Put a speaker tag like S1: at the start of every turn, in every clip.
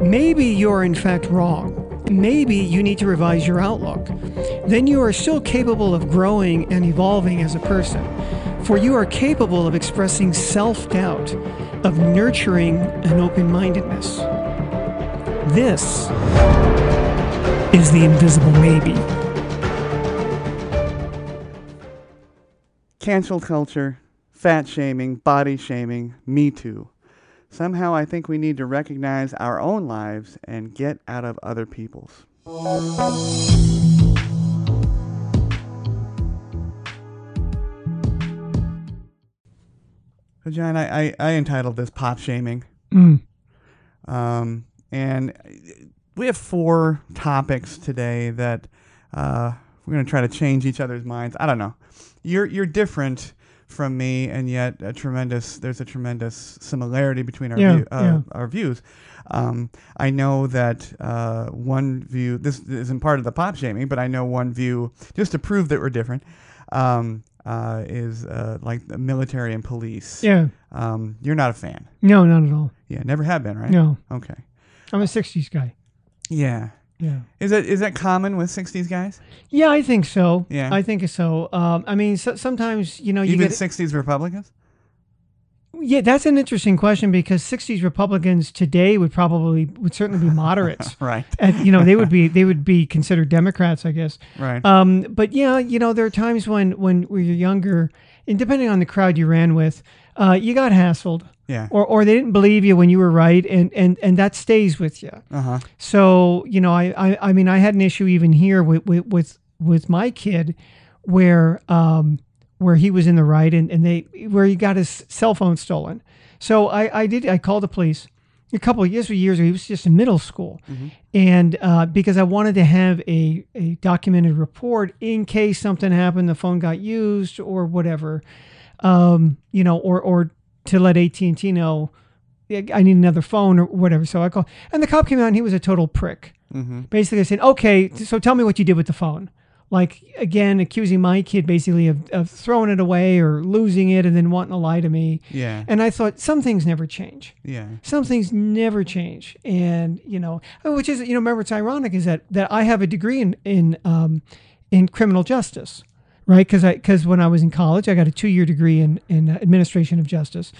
S1: Maybe you're in fact wrong. Maybe you need to revise your outlook. Then you are still capable of growing and evolving as a person, for you are capable of expressing self doubt, of nurturing an open mindedness. This is the invisible maybe.
S2: Cancel culture, fat shaming, body shaming, Me Too. Somehow I think we need to recognize our own lives and get out of other people's. So John, I, I, I entitled this Pop Shaming.
S1: Mm.
S2: Um, and we have four topics today that uh, we're going to try to change each other's minds. I don't know. You're you're different from me, and yet a tremendous there's a tremendous similarity between our
S1: Yeah,
S2: view, uh,
S1: yeah.
S2: our views. Um, I know that uh, one view this isn't part of the pop shaming, but I know one view just to prove that we're different. Um, uh, is uh, like the military and police.
S1: Yeah.
S2: Um, you're not a fan.
S1: No, not at all.
S2: Yeah, never have been, right?
S1: No.
S2: Okay.
S1: I'm a 60s guy.
S2: Yeah.
S1: Yeah.
S2: Is that is that common with '60s guys?
S1: Yeah, I think so.
S2: Yeah.
S1: I think so. Um, I mean, so, sometimes, you know, Oh, you
S2: Even
S1: get.
S2: '60s Republicans?
S1: Yeah, that's an interesting question because 60s Republicans today would probably would certainly be moderates.
S2: Right.
S1: And, you know, they would be they would be considered Democrats, I guess.
S2: Right.
S1: Um, but yeah, you know, there are times when when when you're younger, and depending on the crowd you ran with, uh, you got hassled,
S2: yeah.
S1: or or they didn't believe you when you were right, and and and that stays with you.
S2: Uh huh.
S1: So you know, I, I I mean, I had an issue even here with with with, with my kid, where um where he was in the right and and they where he got his cell phone stolen. So I I did I called the police a couple of years this was years ago. He was just in middle school, and uh, because I wanted to have a a documented report in case something happened, the phone got used or whatever, um you know, or or to let AT and T know I need another phone or whatever. So I call, and the cop came out and he was a total prick.
S2: Mm-hmm.
S1: Basically, saying, "Okay, so tell me what you did with the phone." Like again, accusing my kid basically of, of throwing it away or losing it and then wanting to lie to me.
S2: Yeah.
S1: And I thought some things never change.
S2: Yeah.
S1: Some things never change, and you know, which is you know, remember, it's ironic is that that I have a degree in in um, in criminal justice, right? Because I because when I was in college, I got a two year degree in in administration of justice,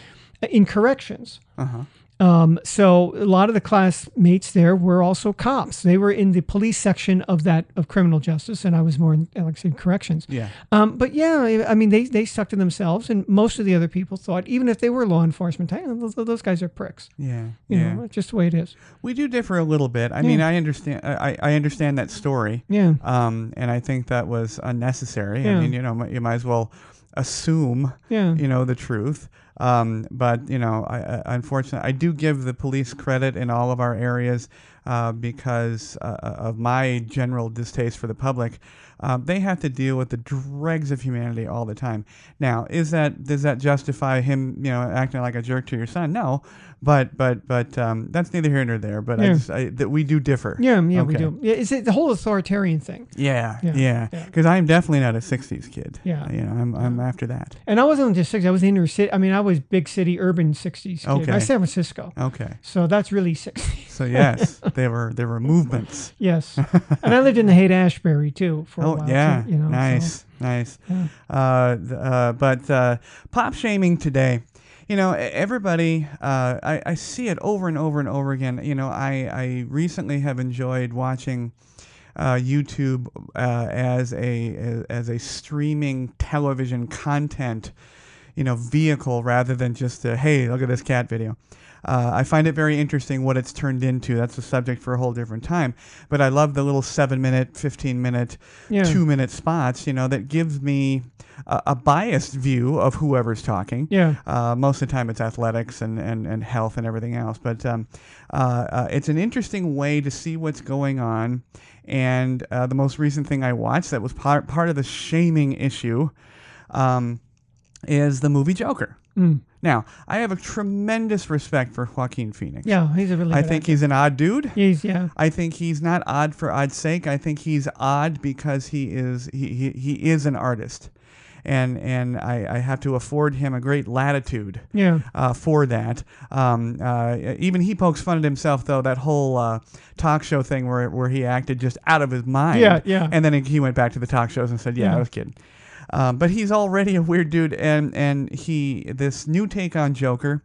S1: uh, in corrections.
S2: Uh huh.
S1: Um, so a lot of the classmates there were also cops. They were in the police section of that of criminal justice, and I was more in, like I said, corrections.
S2: Yeah.
S1: Um, but yeah, I- I mean, they they stuck to themselves, and most of the other people thought, even if they were law enforcement, "Hey, those, those guys are pricks.
S2: Yeah.
S1: You
S2: Yeah.
S1: know, that's just the way it is.
S2: We do differ a little bit. I mean, I understand. uh, I, I I understand that story.
S1: Yeah,
S2: Um, and I think that was unnecessary.
S1: Yeah.
S2: I mean, you know, you might as well assume,
S1: yeah,
S2: you know, the truth. Um, but you know, I, I unfortunately, I do give the police credit in all of our areas uh, because uh, of my general distaste for the public. Um, they have to deal with the dregs of humanity all the time. Now, is that does that justify him, you know, acting like a jerk to your son? No, but but but um, that's neither here nor there. But I
S1: Yeah.
S2: just, I, that we do differ.
S1: yeah, yeah. We
S2: Okay.
S1: do. Yeah, it's the whole authoritarian thing.
S2: Yeah,
S1: Yeah,
S2: yeah.
S1: yeah.
S2: Because I'm definitely not a '60s kid.
S1: Yeah.
S2: you know, I'm, I'm after that.
S1: And I wasn't just six. I was inner city. I mean, I was big city, urban '60s. Kid.
S2: Okay.
S1: I was San Francisco.
S2: Okay,
S1: So that's really '60s.
S2: so yes, there were there were movements.
S1: yes. and I lived in the Haight Ashbury too for a
S2: Oh
S1: while. so,
S2: yeah,
S1: you know, so-
S2: nice, nice.
S1: Yeah.
S2: Uh, th- uh, but uh, pop shaming today. You know, e- everybody. Uh, I, I see it over and over and over again. You know, I I recently have enjoyed watching uh, YouTube uh, as a as a streaming television content. You know, vehicle rather than just a hey, look at this cat video. Uh, I find it very interesting what it's turned into. That's a subject for a whole different time. But I love the little seven minute, fifteen minute,
S1: Yeah.
S2: two minute spots. You know, that gives me a, a biased view of whoever's talking.
S1: Yeah.
S2: Uh, most of the time, it's athletics and, and, and health and everything else. But um, uh, uh, it's an interesting way to see what's going on. And uh, the most recent thing I watched that was part, part of the shaming issue um, is the movie Joker.
S1: Mm.
S2: Now, I have a tremendous respect for Joaquin Phoenix.
S1: Yeah, he's a really.
S2: I
S1: good
S2: think he's an odd dude.
S1: actor. he's yeah.
S2: I think he's not odd for odd's sake. I think he's odd because he is he, he, he is an artist. and and I, I have to afford him a great latitude
S1: Yeah.
S2: uh, for that. Um, uh, even he pokes fun at himself, though, that whole uh, talk show thing where, where he acted just out of his mind.
S1: Yeah, yeah.
S2: And then he went back to the talk shows and said, Yeah, I was kidding. Um, but he's already a weird dude, and, and he this new take on Joker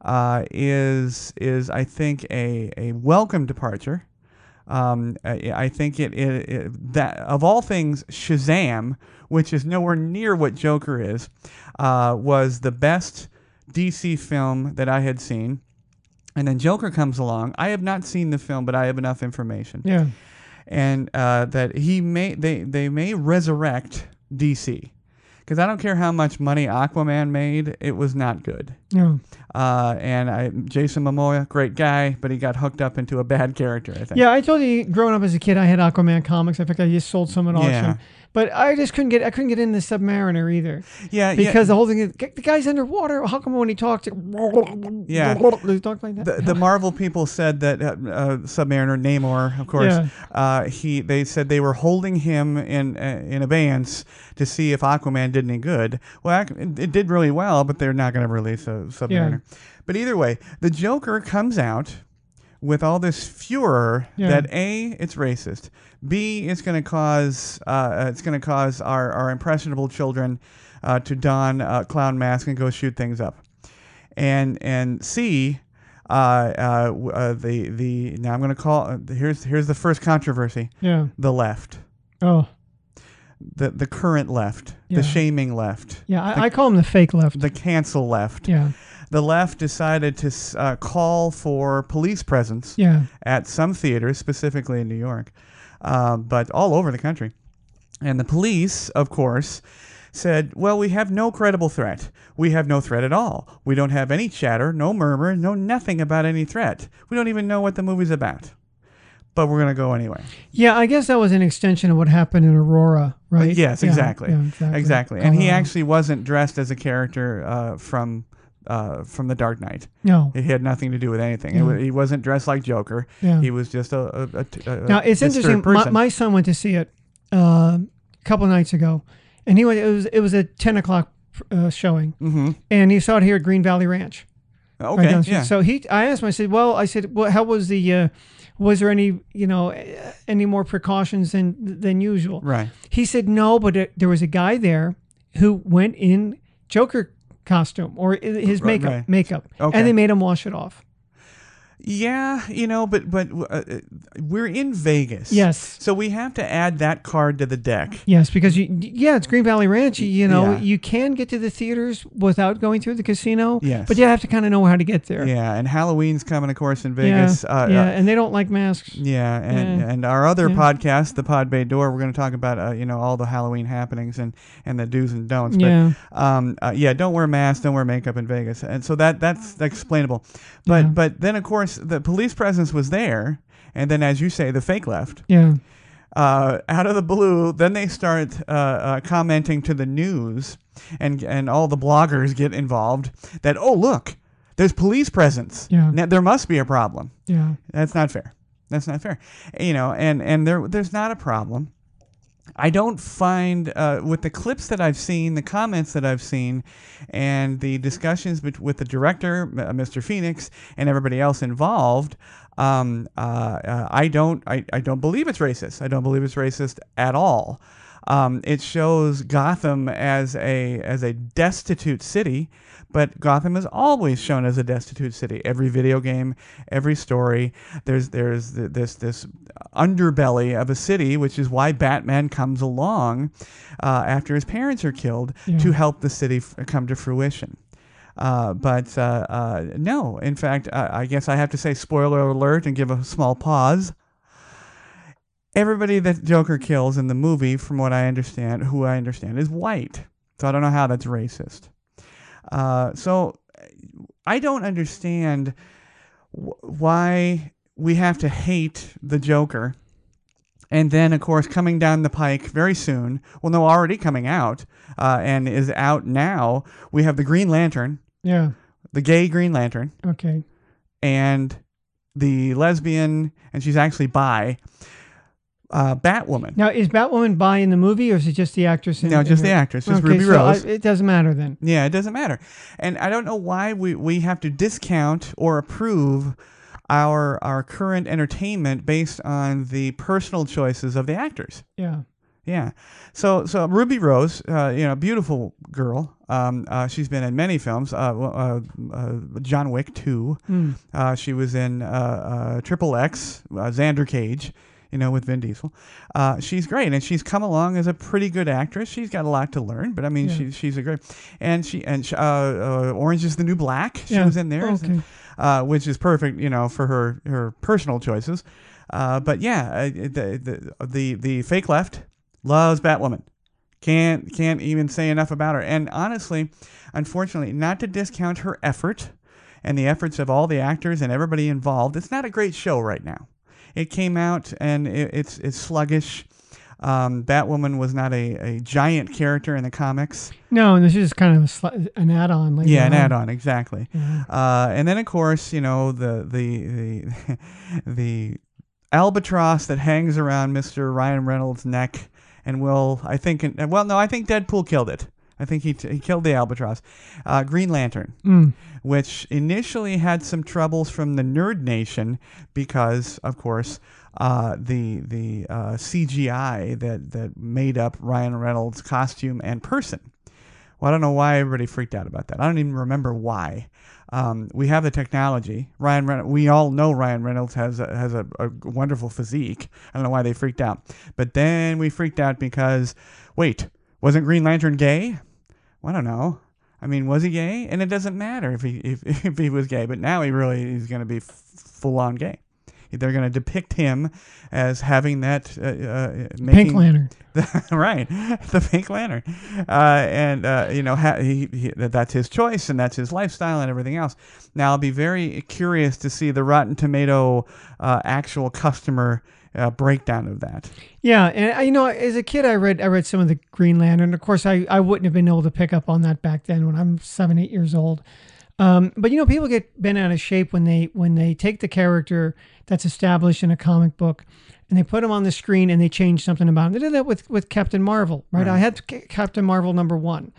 S2: uh, is is I think a, a welcome departure. Um, I, I think it, it, it that of all things, Shazam, which is nowhere near what Joker is, uh, was the best DC film that I had seen. And then Joker comes along. I have not seen the film, but I have enough information,
S1: Yeah.
S2: and uh, that he may they they may resurrect DC, because I don't care how much money Aquaman made, it was not good.
S1: Yeah.
S2: Uh, and I, Jason Momoa, great guy, but he got hooked up into a bad character. I think.
S1: Yeah, I told you, growing up as a kid, I had Aquaman comics. In fact, I just sold some at auction.
S2: Yeah.
S1: But I just couldn't get I couldn't get into Submariner either
S2: yeah, yeah.
S1: because the whole thing is the guy's underwater. How come when he talks, it,
S2: Yeah.
S1: does he talk like that?
S2: the, the Marvel people said that uh, uh, Submariner Namor, of course,
S1: Yeah.
S2: uh, he they said they were holding him in uh, in abeyance to see if Aquaman did any good. Well, Aqu- it it did really well, but they're not going to release a Submariner. But either way, the Joker comes out with all this furor
S1: Yeah.
S2: that a it's racist, b it's going to cause uh, it's going to cause our our impressionable children uh, to don uh, clown masks and go shoot things up and and C, uh, uh, w- uh, the the now I'm going to call uh, here's here's the first controversy:
S1: yeah.
S2: the left,
S1: Oh,
S2: the the current left,
S1: Yeah.
S2: the shaming left,
S1: yeah. I, I call him the fake left.
S2: the cancel left.
S1: Yeah.
S2: The left decided to s- uh, call for police presence
S1: Yeah.
S2: at some theaters, specifically in New York, uh, but all over the country. And the police, of course, said, Well, we have no credible threat. We have no threat at all. We don't have any chatter, no murmur, no nothing about any threat. We don't even know what the movie's about. But we're going to go anyway.
S1: Yeah, I guess that was an extension of what happened in Aurora, right?
S2: Yes,
S1: Yeah,
S2: exactly.
S1: yeah,
S2: exactly. And he
S1: Colorado.
S2: actually wasn't dressed as a character uh, from. Uh, from the Dark Knight,
S1: No.
S2: he had nothing to do with anything. It wa- he wasn't dressed like Joker.
S1: Yeah.
S2: He was just a. a, a, t- a-
S1: Now it's
S2: a disturbed
S1: interesting. My,
S2: person.
S1: my son went to see it uh, a couple nights ago, and he went. It was it was a ten o'clock uh, showing,
S2: Mhm.
S1: and he saw it here at Green Valley Ranch. right
S2: Okay.
S1: down the street.
S2: yeah.
S1: So he, I asked him. I said, "Well, I said, well, how was the? Uh, was there any you know eh, any more precautions than than usual?"
S2: right.
S1: He said, "No, but it, there was a guy there who went in Joker costume or i- his
S2: Right,
S1: makeup
S2: right.
S1: makeup,
S2: Okay.
S1: and they made him wash it off."
S2: Yeah, you know, but but uh, we're in Vegas.
S1: Yes.
S2: So we have to add that card to the deck.
S1: Yes, because you, yeah, it's Green Valley Ranch. You, you know,
S2: Yeah.
S1: you can get to the theaters without going through the casino.
S2: Yes.
S1: but you have to kind of know how to get there.
S2: Yeah, and Halloween's coming, of course, in Vegas.
S1: yeah,
S2: uh,
S1: yeah,
S2: uh,
S1: and they don't like masks.
S2: yeah, and,
S1: Yeah.
S2: and our other
S1: Yeah.
S2: podcast, the Pod Bay Door, we're going to talk about uh, you know all the Halloween happenings and, and the do's and don'ts. But,
S1: Yeah.
S2: um, uh, yeah, don't wear masks, don't wear makeup in Vegas, and so that that's explainable. But
S1: Yeah.
S2: but then of course the police presence was there, and then as you say, the fake left.
S1: Yeah,
S2: uh, out of the blue, then they start uh, uh, commenting to the news, and and all the bloggers get involved. That oh look, there's police presence.
S1: Yeah.
S2: Now, there must be a problem.
S1: yeah,
S2: That's not fair. That's not fair. You know, and and there there's not a problem. I don't find uh, with the clips that I've seen, the comments that I've seen, and the discussions bet- with the director, M- uh, Mr. Phoenix, and everybody else involved. Um, uh, uh, I don't. I, I don't believe it's racist. I don't believe it's racist at all. Um, it shows Gotham as a as a destitute city, but Gotham is always shown as a destitute city. Every video game, every story, there's there's th- this this underbelly of a city, which is why Batman comes along uh, after his parents are killed
S1: Yeah.
S2: to help the city f- come to fruition. Uh, but uh, uh, no, in fact, uh, I guess I have to say spoiler alert and give a small pause. Everybody that Joker kills in the movie, from what I understand, who I understand, is white. So I don't know how that's racist. Uh, so I don't understand wh- why we have to hate the Joker. And then, of course, coming down the pike very soon, well, no, already coming out uh, and is out now, we have the Green Lantern,
S1: yeah.
S2: the gay Green Lantern,
S1: Okay.
S2: and the lesbian, and she's actually bi, uh, Batwoman.
S1: Now, is Batwoman by in the movie, or is it just the actress? In,
S2: No,
S1: in
S2: just
S1: her-
S2: the actress, just
S1: mm-hmm. okay,
S2: Ruby
S1: so I-
S2: Rose.
S1: it doesn't matter then.
S2: Yeah, it doesn't matter. And I don't know why we, we have to discount or approve our our current entertainment based on the personal choices of the actors.
S1: Yeah.
S2: Yeah. So so Ruby Rose, uh, you know, beautiful girl. Um, uh, she's been in many films. Uh, well, uh, uh, John Wick two.
S1: Mm.
S2: Uh, she was in uh, uh, Triple X, uh, Xander Cage, you know, with Vin Diesel. Uh, she's great, and she's come along as a pretty good actress. She's got a lot to learn, but I mean,
S1: Yeah.
S2: she, she's a great. And she and she, uh, uh, Orange is the New Black. She
S1: Yeah.
S2: was in there,
S1: Okay.
S2: uh, which is perfect, you know, for her her personal choices. Uh, but yeah, uh, the, the the the fake left loves Batwoman. Can't can't even say enough about her. And honestly, unfortunately, not to discount her effort and the efforts of all the actors and everybody involved, it's not a great show right now. It came out and it, it's it's sluggish. Um, Batwoman was not a, a giant character in the comics.
S1: No, and this is kind of a sli- an add-on. Later
S2: Yeah, an
S1: on.
S2: add-on exactly.
S1: Yeah.
S2: Uh, and then of course, you know, the the the the albatross that hangs around Mr. Ryan Reynolds' neck and will I think well no, I think Deadpool killed it. I think he, he killed the albatross. Uh, Green Lantern,
S1: Mm.
S2: which initially had some troubles from the Nerd Nation because, of course, uh, the the uh, CGI that that made up Ryan Reynolds' costume and person. Well, I don't know why everybody freaked out about that. I don't even remember why. Um, we have the technology. Ryan Reynolds. We all know Ryan Reynolds has a, has a, a wonderful physique. I don't know why they freaked out. But then we freaked out because, wait, wasn't Green Lantern gay? Well, I don't know. I mean, was he gay? And it doesn't matter if he if, if he was gay. But now he really is going to be f- full on gay. They're going to depict him as having that uh, uh,
S1: Pink
S2: making-
S1: Lantern.
S2: right, the Pink Lantern, uh, and uh, you know ha- he, he, that- that's his choice and that's his lifestyle and everything else. Now I'll be very curious to see the Rotten Tomato uh, actual customer uh, breakdown of that.
S1: Yeah, and I- you know, as a kid, I read I read some of the Green Lantern. Of course, I I wouldn't have been able to pick up on that back then when I'm seven eight years old. Um, but you know, people get bent out of shape when they when they take the character that's established in a comic book and they put him on the screen and they change something about him. They did that with with Captain Marvel, right? I had C- Captain Marvel number one,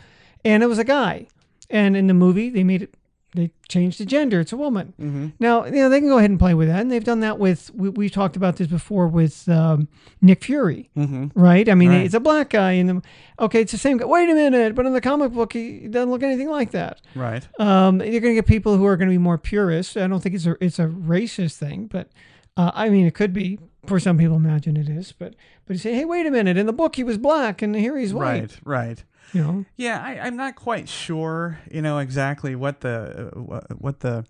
S1: and it was a guy, and in the movie they made it they changed the gender; it's a woman. Now you know they can go ahead and play with that, and they've done that with we we talked about this before with um, Nick Fury, right? I mean,
S2: Mm-hmm. Right.
S1: it's a black guy, and the, okay, it's the same guy. Wait a minute, but in the comic book he doesn't look anything like that.
S2: Right.
S1: Um, you're going to get people who are going to be more purists. I don't think it's a it's a racist thing, but uh, I mean it could be for some people. Imagine it is, but but you say, hey, wait a minute. In the book, he was black, and here he's white.
S2: Right. Right.
S1: You know,
S2: Yeah, I, I'm not quite sure, you know, exactly what the uh, wha- what the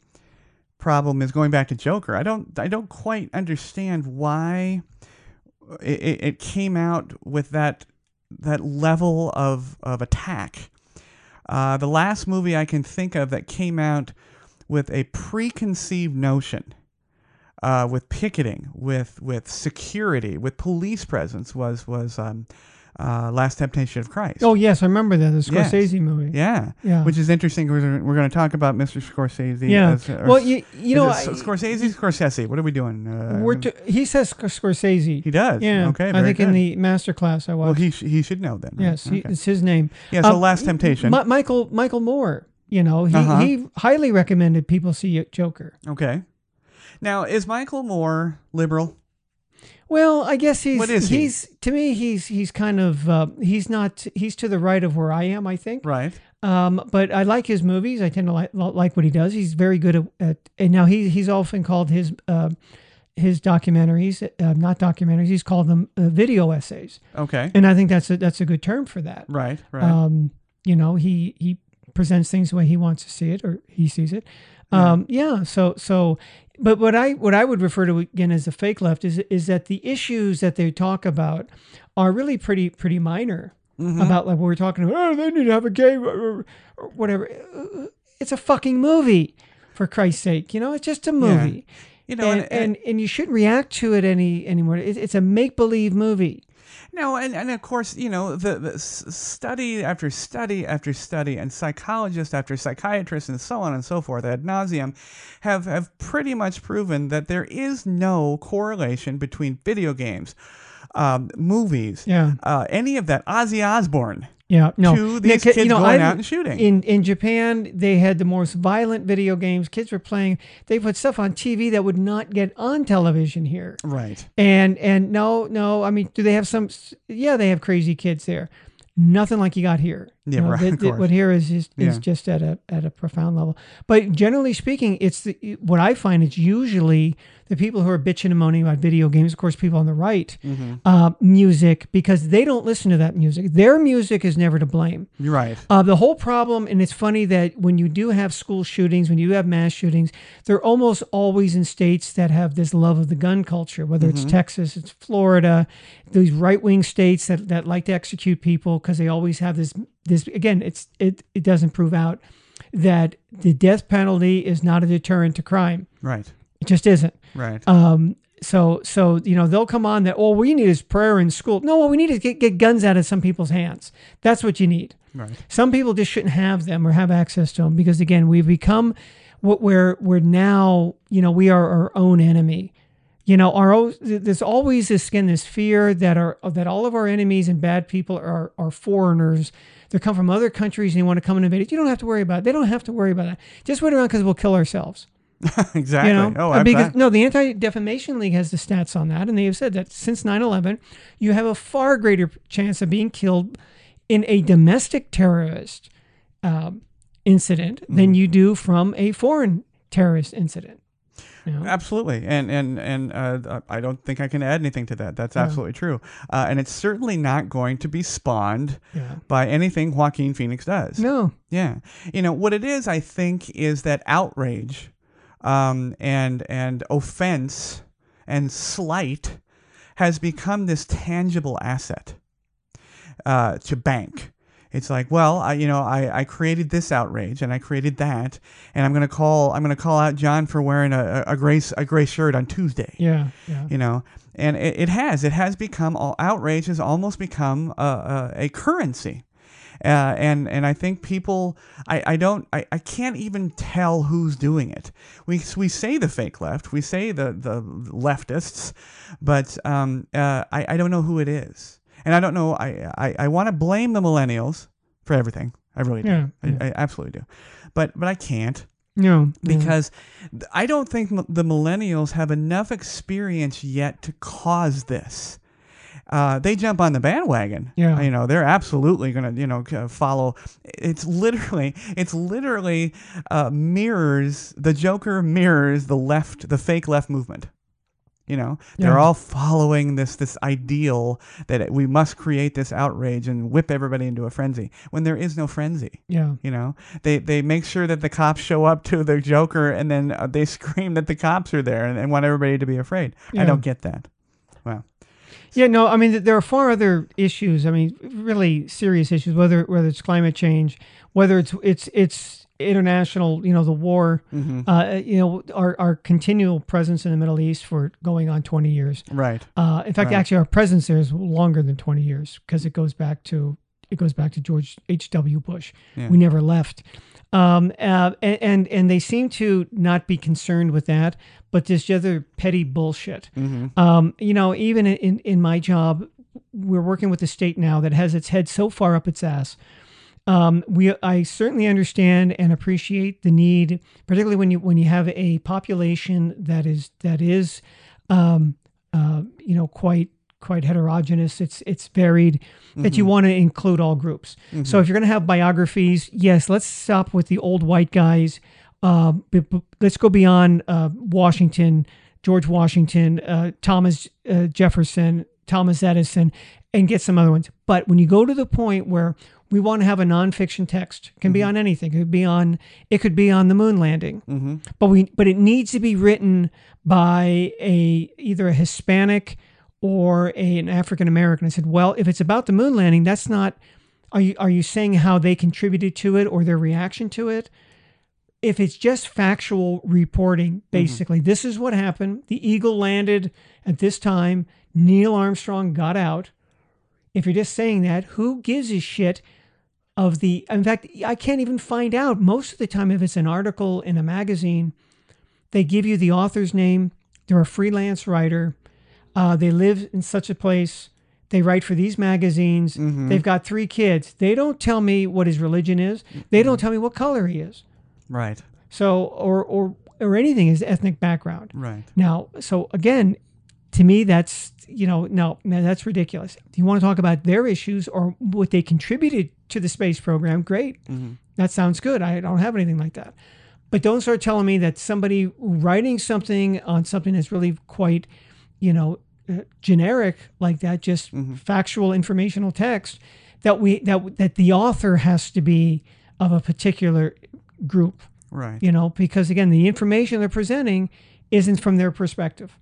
S2: problem is. Going back to Joker, I don't I don't quite understand why uh, it, it, it came out with that that level of of attack. Uh, the last movie I can think of that came out with a preconceived notion, uh, with picketing, with with security, with police presence was was um, uh, Last Temptation of Christ.
S1: oh yes, I remember that the Scorsese movie.
S2: Yeah.
S1: Yeah.
S2: Which is interesting. 'cause We're, we're going to talk about Mr. Scorsese.
S1: Yeah.
S2: as- or
S1: well,
S2: s-
S1: you you know,
S2: uh, is it
S1: I-
S2: S- Scorsese, Scorsese. What are we doing? Uh,
S1: we're to, he says Sc- Scorsese.
S2: he does.
S1: Yeah.
S2: Okay.
S1: I
S2: very
S1: think in
S2: good.
S1: the master class I watched.
S2: Well, he sh- he should know then. right?
S1: yes, he,
S2: Okay.
S1: it's his name.
S2: Yeah. So
S1: Um,
S2: Last Temptation.
S1: Mi- Michael Michael Moore. You know, he,
S2: Uh-huh.
S1: he highly recommended people see Joker.
S2: okay. Now is Michael Moore liberal?
S1: Well, I guess he's
S2: What is he?
S1: he's to me he's he's kind of uh, he's not he's to the right of where I am, I think.
S2: Right.
S1: Um, but I like his movies. I tend to like like what he does. He's very good at, at and now he he's often called his uh, his documentaries uh, not documentaries. He's called them uh, video essays,
S2: Okay.
S1: and I think that's a that's a good term for that.
S2: Right. Right.
S1: Um, you know, he he presents things the way he wants to see it or he sees it. Um, yeah. So so, but what I what I would refer to again as the fake left is is that the issues that they talk about are really pretty pretty minor.
S2: Mm-hmm.
S1: About like what we're talking about. Oh, they need to have a gay or, or whatever. It's a fucking movie, for Christ's sake. You know, it's just a movie.
S2: you know,
S1: and, and, and you shouldn't react to it any anymore. It, it's a make believe movie.
S2: No, and, and of course, you know, the, the s- study after study after study, and psychologist after psychiatrist, and so on and so forth, ad nauseum, have, have pretty much proven that there is no correlation between video games, um, movies,
S1: Yeah.
S2: uh, any of that. Ozzy Osbourne.
S1: Yeah, no.
S2: to these kids going out and shooting.
S1: In in Japan, they had the most violent video games. Kids were playing. They put stuff on TV that would not get on television here.
S2: Right.
S1: And and no, no. I mean, do they have some? Yeah, they have crazy kids there. Nothing like you got here.
S2: Yeah,
S1: You know,
S2: right,
S1: that-
S2: of
S1: that-
S2: course.
S1: What here is is, is
S2: Yeah.
S1: just at a at a profound level. But generally speaking, it's the, what I find. It's usually the people who are bitching and moaning about video games. Of course, people on the right,
S2: Mm-hmm.
S1: uh, music because they don't listen to that music. Their music is never to blame.
S2: You're right.
S1: Uh, the whole problem, and it's funny that when you do have school shootings, when you have mass shootings, they're almost always in states that have this love of the gun culture, whether it's Texas, it's Florida, these right wing states that, that like to execute people because they always have this, this again, it's it, it doesn't prove out that the death penalty is not a deterrent to crime.
S2: Right.
S1: It just isn't.
S2: Right.
S1: Um, so, so you know, they'll come on that. All we need is prayer in school. No, what we need is get, get guns out of some people's hands. That's what you need.
S2: Right.
S1: Some people just shouldn't have them or have access to them because, again, we've become what we're we're now. You know, we are our own enemy. You know, our own, there's always this skin, this fear that our that all of our enemies and bad people are are foreigners. They come from other countries and they want to come and invade it. You don't have to worry about it. They don't have to worry about that. Just wait around because we'll kill ourselves.
S2: exactly.
S1: You know,
S2: oh,
S1: Uh,
S2: I
S1: because
S2: bet.
S1: no, the Anti Defamation League has the stats on that, and they have said that since 9/11, you have a far greater chance of being killed in a domestic terrorist um, incident
S2: Mm.
S1: than you do from a foreign terrorist incident. You
S2: Uh,
S1: know?
S2: Absolutely, and and and uh, I don't think I can add anything to that. That's
S1: Yeah.
S2: absolutely true, uh, and it's certainly not going to be spawned
S1: Yeah.
S2: by anything Joaquin Phoenix does.
S1: No,
S2: Yeah, you know what it is. I think is that outrage, um, and and offense and slight has become this tangible asset uh, to bank. It's like, well, I, you know, I, I created this outrage and I created that, and I'm gonna call I'm gonna call out John for wearing a, a, a gray s- a gray shirt on Tuesday.
S1: yeah, yeah,
S2: You know, and it, it has it has become all outrage has almost become a, a, a currency. Uh, and and I think people I, I don't I, I can't even tell who's doing it. We we say the fake left, we say the the leftists, but um, uh, I I don't know who it is, and I don't know I I, I want to blame the millennials for everything. I really do.
S1: Yeah,
S2: I,
S1: yeah.
S2: I absolutely do, but but I can't
S1: no, no.
S2: because th- I don't think m- the millennials have enough experience yet to cause this. Uh, they jump on the bandwagon.
S1: Yeah.
S2: you know they're absolutely going to you know c- uh, follow. It's literally it's literally uh, mirrors the Joker mirrors the left the fake left movement. You know they're
S1: Yeah.
S2: all following this this ideal that we must create this outrage and whip everybody into a frenzy when there is no frenzy.
S1: yeah,
S2: You know, they they make sure that the cops show up to the Joker, and then uh, they scream that the cops are there and, and want everybody to be afraid. I
S1: Yeah.
S2: don't get that. Wow.
S1: yeah. No, I mean, th- there are far other issues. I mean, really serious issues. Whether whether it's climate change, whether it's it's it's international. You know, the war.
S2: Mm-hmm.
S1: uh, you know, our, our continual presence in the Middle East for going on 20 years.
S2: Right.
S1: Uh, in fact,
S2: Right.
S1: actually, our presence there is longer than 20 years because it goes back to it goes back to George H. W. Bush.
S2: Yeah.
S1: We never left. Um, uh, and, and and they seem to not be concerned with that, but this other petty bullshit.
S2: Mm-hmm.
S1: Um, you know, even in, in my job, we're working with a state now that has its head so far up its ass. Um, we, I certainly understand and appreciate the need, particularly when you when you have a population that is that is, um, uh, you know, quite quite heterogeneous. It's it's varied. That you want to include all groups. So if you're going to have biographies, yes, let's stop with the old white guys. Uh, b- b- let's go beyond uh, Washington, George Washington, uh, Thomas uh, Jefferson, Thomas Edison, and get some other ones. But when you go to the point where we want to have a nonfiction text, can be on anything. It could be on it could be on the moon landing,
S2: Mm-hmm.
S1: but we but it needs to be written by a either a Hispanic or a, an African American. I said, well, if it's about the moon landing, that's not. Are you are you saying how they contributed to it or their reaction to it? If it's just factual reporting, basically, this is what happened. The Eagle landed at this time. Neil Armstrong got out. If you're just saying that, who gives a shit of the in fact i can't even find out most of the time if it's an article in a magazine they give you the author's name they're a freelance writer Uh, they live in such a place. They write for these magazines. They've got three kids. They don't tell me what his religion is. They don't tell me what color he is.
S2: Right.
S1: So or or or anything his ethnic background.
S2: Right.
S1: Now, so again, to me, that's you know, no, no, that's ridiculous. If you want to talk about their issues or what they contributed to the space program, great. That sounds good. I don't have anything like that. But don't start telling me that somebody writing something on something that's really quite, you know, uh, generic like that, just factual informational text, that we that that the author has to be of a particular group
S2: Right.
S1: you know, because again, the information they're presenting isn't from their perspective,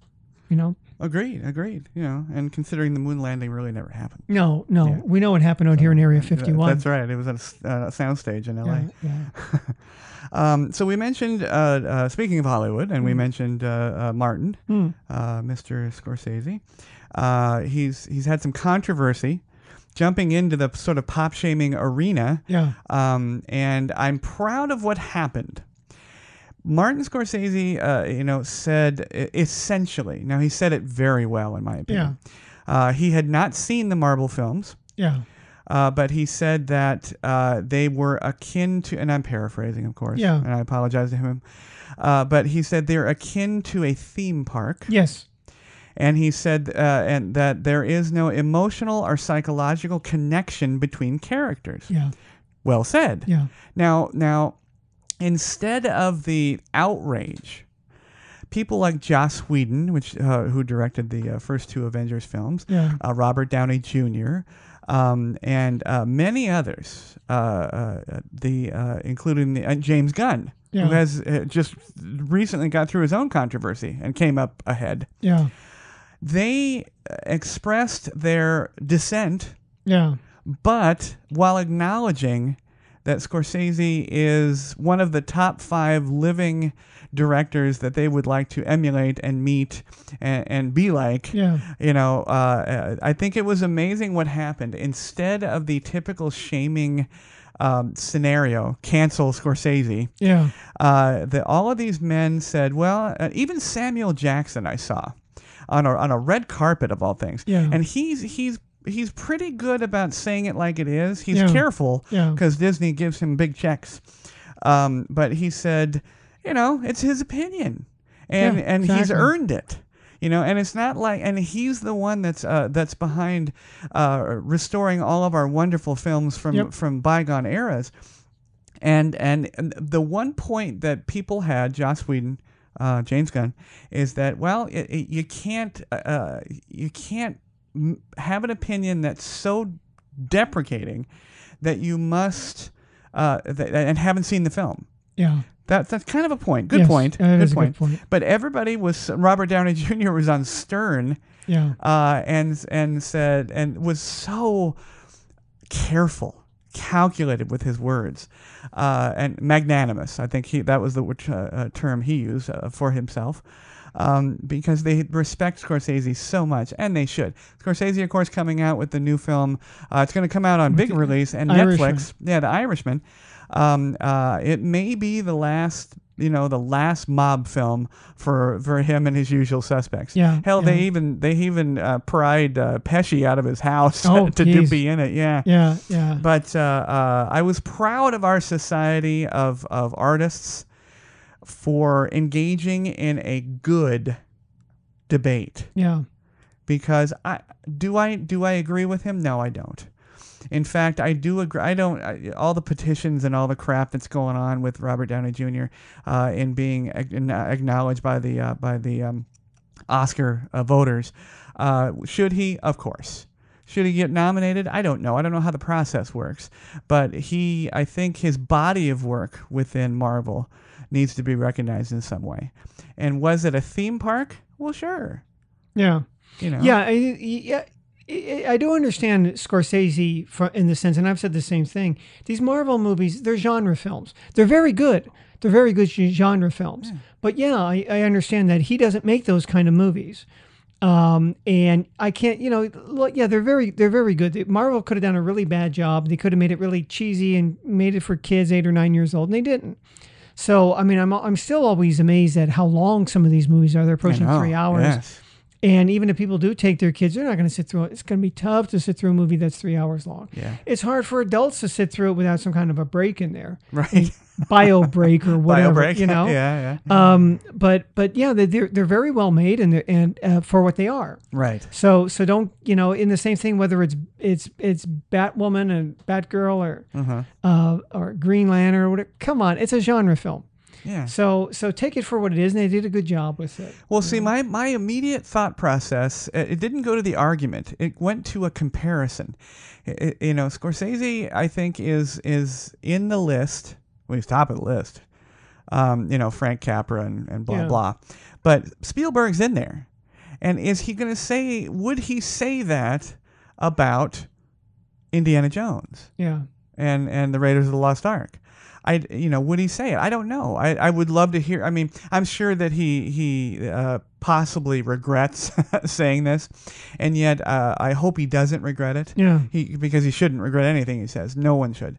S1: you know.
S2: Agreed. Agreed. You know, and considering the moon landing really never happened.
S1: No, no, we know what happened out here in Area 51.
S2: That's right. It was at a s- uh, soundstage in LA.
S1: Yeah,
S2: Um, so we mentioned, uh, uh, speaking of Hollywood, and we mentioned uh, uh, Martin,
S1: Hmm,
S2: uh, Mr. Scorsese. Uh, he's he's had some controversy, jumping into the sort of pop shaming arena.
S1: yeah,
S2: Um, and I'm proud of what happened. Martin Scorsese, uh, you know, said e- essentially. Now he said it very well, in my opinion. Uh, he had not seen the Marvel films.
S1: yeah,
S2: Uh, but he said that uh, they were akin to, and I'm paraphrasing, of course,
S1: Yeah.
S2: and I apologize to him. Uh, but he said they're akin to a theme park,
S1: yes,
S2: and he said uh, and that there is no emotional or psychological connection between characters.
S1: yeah,
S2: Well said.
S1: yeah,
S2: Now, now, instead of the outrage, people like Joss Whedon, which uh, who directed the uh, first two Avengers films,
S1: Yeah.
S2: uh, Robert Downey Jr., um, and uh, many others, uh, uh, the uh, including the, uh, James Gunn,
S1: Yeah.
S2: who has uh, just recently got through his own controversy and came up ahead.
S1: yeah,
S2: They uh, expressed their dissent
S1: yeah,
S2: but while acknowledging that Scorsese is one of the top five living directors that they would like to emulate and meet and, and be like,
S1: yeah,
S2: you know, uh, I think it was amazing what happened. Instead of the typical shaming um, scenario, cancel Scorsese,
S1: yeah,
S2: uh, that all of these men said, well, uh, even Samuel Jackson I saw on a, on a red carpet of all things.
S1: Yeah.
S2: And he's he's he's pretty good about saying it like it is. He's
S1: Yeah.
S2: careful
S1: Yeah.
S2: because Disney gives him big checks. Um, but he said, you know, it's his opinion, and
S1: Yeah,
S2: and he's
S1: exactly.
S2: earned it. You know, and it's not like, and he's the one that's uh, that's behind uh, restoring all of our wonderful films from
S1: Yep.
S2: from bygone eras. And, and and the one point that people had, Joss Whedon, uh, James Gunn, is that well, it, it, you can't uh, you can't m- have an opinion that's so deprecating that you must uh, that, and haven't seen the film.
S1: yeah.
S2: That, that's kind of a point. Good
S1: Yes,
S2: point.
S1: that
S2: good
S1: is a good
S2: point.
S1: point.
S2: But everybody was Robert Downey Jr. was on Stern
S1: yeah.
S2: uh, and and said and was so careful, calculated with his words, uh, and magnanimous. I think he that was the which, uh, uh, term he used uh, for himself. Um, because they respect Scorsese so much, and they should. Scorsese, of course, coming out with the new film. Uh, it's going to come out on big release and
S1: Irishman.
S2: Netflix. Yeah, The Irishman. Um, uh, it may be the last, you know, the last mob film for for him and his usual suspects.
S1: Yeah,
S2: Hell,
S1: yeah.
S2: they even they even uh, pried uh, Pesci out of his house
S1: Oh,
S2: to do
S1: geez.
S2: be in it. Yeah.
S1: Yeah, yeah,
S2: But uh, uh, I was proud of our society of of artists for engaging in a good debate
S1: yeah,
S2: because I do I do I agree with him? No, I don't. In fact, I do agree. I don't. I, all the petitions and all the crap that's going on with Robert Downey Jr. Uh, in being ag- in- uh, acknowledged by the uh, by the um, Oscar uh, voters. Uh, should he? Of course. Should he get nominated? I don't know. I don't know how the process works. But he, I think his body of work within Marvel needs to be recognized in some way. And was it a theme park? Well, sure.
S1: yeah.
S2: You know.
S1: Yeah, I, yeah, I I do understand Scorsese fro- in the sense, and I've said the same thing. These Marvel movies, they're genre films. They're very good. They're very good ge- genre films. But yeah, I, I understand that he doesn't make those kind of movies. Um, and I can't, you know, look, yeah, they're very, they're very good. They- Marvel could have done a really bad job. They could have made it really cheesy and made it for kids eight or nine years old, and they didn't. So, I mean, I'm, I'm still always amazed at how long some of these movies are. They're
S2: I
S1: approaching
S2: know.
S1: three hours
S2: Yes.
S1: And even if people do take their kids, they're not going to sit through it. It's going to be tough to sit through a movie that's three hours long.
S2: Yeah.
S1: It's hard for adults to sit through it without some kind of a break in there,
S2: Right.
S1: bio break or whatever.
S2: Bio break.
S1: You know.
S2: yeah. Yeah.
S1: Um. But but yeah, they- they're they're very well made and they're, and uh, for what they are.
S2: Right.
S1: So so don't you know in the same thing whether it's it's it's Batwoman and Batgirl or
S2: Uh-huh.
S1: uh, or Green Lantern or whatever. Come on, it's a genre film.
S2: Yeah.
S1: So so take it for what it is, and they did a good job with it.
S2: Well, see, my, my immediate thought process, uh, it didn't go to the argument. It went to a comparison. I- I- you know, Scorsese, I think, is is in the list. Well, he's top of the list. Um, you know, Frank Capra and, and blah,
S1: Yeah.
S2: blah. But Spielberg's in there. And is he going to say, would he say that about Indiana Jones?
S1: Yeah.
S2: and and the Raiders of the Lost Ark. I you know would he say it? I don't know. I, I would love to hear. I mean, I'm sure that he he uh, possibly regrets saying this, and yet uh, I hope he doesn't regret it.
S1: Yeah.
S2: He because he shouldn't regret anything he says. No one should.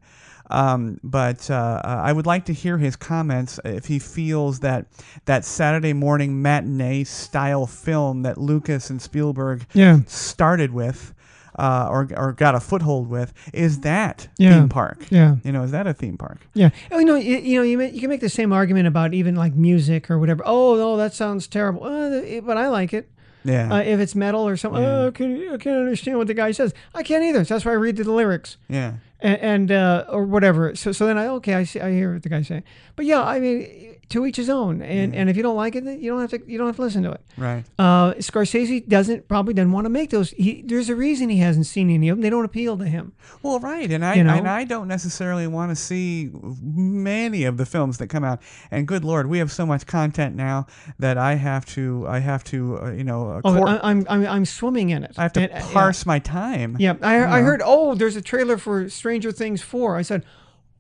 S2: Um, but uh, uh, I would like to hear his comments if he feels that that Saturday morning matinee style film that Lucas and Spielberg
S1: Yeah.
S2: started with uh, or, or got a foothold with is that
S1: Yeah.
S2: theme park.
S1: Yeah.
S2: You know, is that a theme park?
S1: Yeah. Oh, you know, you, you know, you, ma- you can make the same argument about even like music or whatever. Oh, no, that sounds terrible. Uh, it- but I like it.
S2: Yeah.
S1: Uh, if it's metal or something, oh, I can't, I can't understand what the guy says. I can't either. So that's why I read the lyrics
S2: yeah.
S1: and, and uh, or whatever. So, so then I okay, I see, I hear what the guy's saying. But yeah, I mean, to each his own. And
S2: Hmm.
S1: and if you don't like it, then you don't have to you don't have to listen to it.
S2: Right.
S1: Uh, Scorsese doesn't probably doesn't want to make those. He, there's a reason he hasn't seen any of them. They don't appeal to him.
S2: Well, right, and I
S1: You know?
S2: and I don't necessarily want to see many of the films that come out. And good lord, we have so much content now that I have to I have to uh, you know uh,
S1: Oh,
S2: cor-
S1: I, I'm, I'm I'm swimming in it.
S2: I have to
S1: And, uh, yeah.
S2: parse my time.
S1: Yeah, I, I heard. Oh, there's a trailer for Stranger Things four. I said,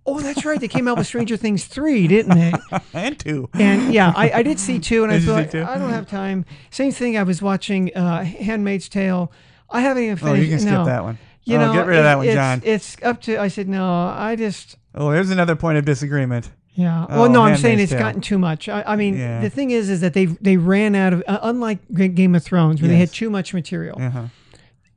S1: oh, that's right. They came out with Stranger Things three, didn't they?
S2: and two.
S1: And yeah, I, I did see two, and I
S2: Did you see
S1: thought
S2: two?
S1: I don't have time. Same thing. I was watching uh, Handmaid's Tale. I haven't even
S2: Oh,
S1: finished.
S2: you can skip
S1: no.
S2: that one.
S1: You
S2: oh,
S1: know,
S2: get rid
S1: it-
S2: of that one,
S1: it's,
S2: John.
S1: It's up to. I said no. I just.
S2: Oh, there's another point of disagreement.
S1: Yeah.
S2: Oh,
S1: well, no, I'm saying
S2: Handmaid's
S1: it's
S2: Tale.
S1: gotten too much. I, I mean,
S2: Yeah.
S1: the thing is, is that they they ran out of. Uh, unlike G- Game of Thrones, where they had
S2: Yes.
S1: too much material.
S2: Uh-huh.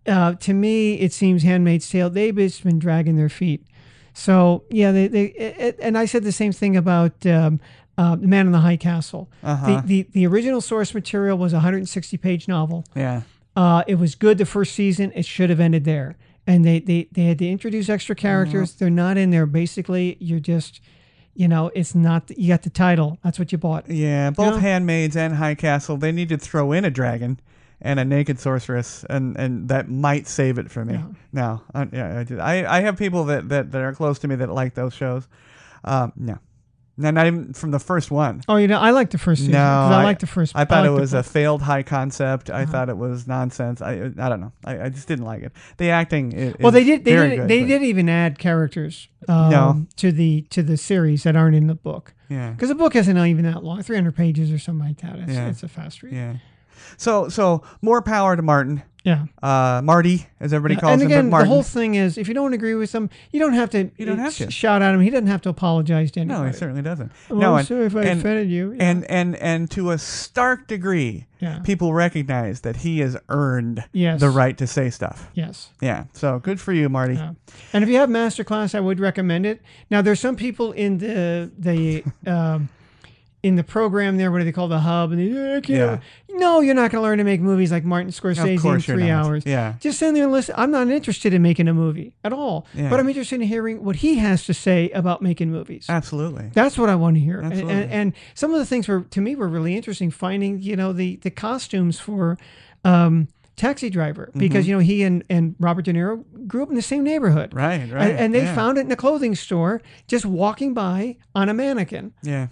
S1: uh, to me, it seems Handmaid's Tale. They've just been dragging their feet. So yeah, they, they it, it- and I said the same thing about um, uh, The Man in the High Castle.
S2: Uh-huh.
S1: The, the the original source material was a 160 page novel.
S2: Yeah.
S1: Uh, it was good the first season. It should have ended there. And they they, they had to introduce extra characters.
S2: Mm-hmm.
S1: They're not in there. Basically, you're just, you know, it's not. You got the title. That's what you bought.
S2: Yeah, both
S1: know?
S2: Handmaids and High Castle, they need to throw in a dragon and a naked sorceress, and, and that might save it for me. No, I, yeah, I, did- I, I have people that, that, that are close to me that like those shows. Um, no, no, not even from the first one.
S1: Oh, you know, I liked the first season.
S2: No,
S1: 'cause I, liked the first.
S2: I thought
S1: liked
S2: it
S1: the
S2: was
S1: fir-
S2: a failed high concept.
S1: Uh-huh.
S2: I thought it was nonsense. I, I don't know. I, I just didn't like it. The acting. i- Is,
S1: Well, they did. They
S2: very
S1: did.
S2: good,
S1: they
S2: but-
S1: did even add characters um,
S2: No.
S1: to the to the series that aren't in the book
S2: Yeah.
S1: because the book isn't even that long, three hundred pages or something like that. It's,
S2: Yeah.
S1: it's a fast read.
S2: Yeah. So so more power to Martin.
S1: Yeah.
S2: Uh, Marty, as everybody calls
S1: and
S2: him.
S1: again,
S2: but
S1: the
S2: Martin.
S1: whole thing is if you don't agree with them, you don't have to.
S2: You don't
S1: uh,
S2: have to.
S1: shout at him. He doesn't have to apologize to anybody.
S2: No, he certainly doesn't.
S1: Well,
S2: no,
S1: I'm
S2: and,
S1: sorry if I
S2: and,
S1: offended you. Yeah.
S2: and and and to a stark degree,
S1: Yeah.
S2: people recognize that he has earned
S1: Yes.
S2: the right to say stuff.
S1: yes.
S2: Yeah. So good for you, Marty.
S1: Yeah. And if you have masterclass, I would recommend it. Now, there's some people in the the um, in the program there. What do they call the hub? And they, "Yeah, I can't- no, you're not going to learn to make movies like Martin Scorsese in
S2: course you're
S1: three
S2: not.
S1: hours.
S2: Yeah.
S1: just sit there and listen. I'm not interested in making a movie at all,
S2: Yeah.
S1: but I'm interested in hearing what he has to say about making movies.
S2: Absolutely.
S1: That's what I want to hear. And, and,
S2: Absolutely.
S1: and some of the things were to me were really interesting. Finding you know the the costumes for um, Taxi Driver
S2: Mm-hmm.
S1: because you know he and and Robert De Niro grew up in the same neighborhood.
S2: Right,
S1: And-
S2: right,
S1: And, they
S2: yeah.
S1: found it in a clothing store, just walking by on a mannequin
S2: Yeah.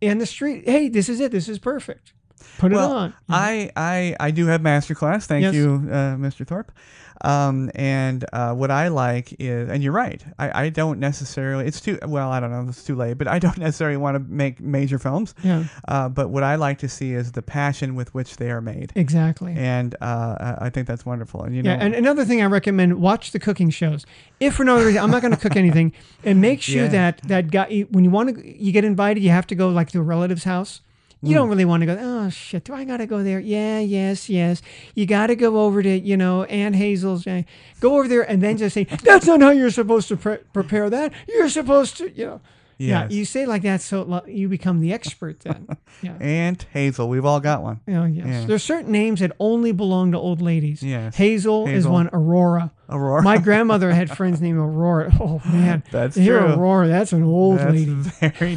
S1: in the street. Hey, this is it. This is perfect. Put it
S2: Well,
S1: on.
S2: I, I I do have masterclass. Thank
S1: Mm-hmm. Yes.
S2: you, uh, Mr. Thorpe. Um, and uh, what I like is, and you're right. I, I don't necessarily. It's too well. I don't know. It's too late, but I don't necessarily want to make major films.
S1: Yeah.
S2: Uh, but what I like to see is the passion with which they are made.
S1: Exactly.
S2: and uh, I- I think that's wonderful. And you know,
S1: Yeah, and another thing I recommend: watch the cooking shows. If for no other reason, I'm not going to cook anything, and make sure
S2: Yeah.
S1: that that guy when you want to you get invited, you have to go like to a relative's house. You
S2: Mm.
S1: don't really want to go, oh shit, do I got to go there? Yeah, yes, yes. You got to go over to, you know, Aunt Hazel's. eh, Go over there and then just say, that's not how you're supposed to pre- prepare that. You're supposed to, you know.
S2: Yes.
S1: Yeah, you say it like that, so lo- you become the expert then. Yeah.
S2: Aunt Hazel, we've all got one.
S1: Oh, yes.
S2: Yeah.
S1: There's certain names that only belong to old ladies.
S2: Yes.
S1: Hazel, is
S2: Hazel.
S1: one. Aurora.
S2: Aurora.
S1: My grandmother had friends named Aurora. Oh man,
S2: That's
S1: You hear
S2: true.
S1: Aurora, that's an old
S2: That's
S1: lady.
S2: very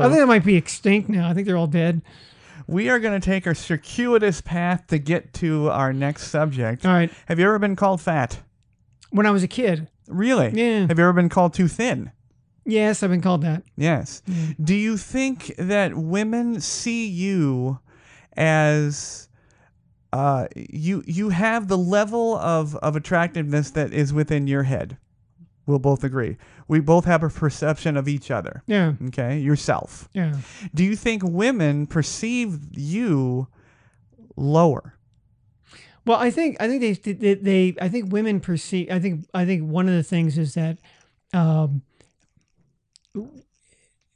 S1: I think they might be extinct now. I think they're all dead.
S2: we are going to take a circuitous path to get to our next subject.
S1: All right.
S2: Have you ever been called fat?
S1: When I was a kid,
S2: Really?
S1: Yeah.
S2: Have you ever been called too thin?
S1: yes, I've been called that.
S2: Yes. Do you think that women see you as uh, you you have the level of, of attractiveness that is within your head? We'll both agree. We both have a perception of each other.
S1: Yeah,
S2: Okay, yourself.
S1: yeah.
S2: Do you think women perceive you lower?
S1: Well, I think I think they they, they I think women perceive. I think I think one of the things is that um,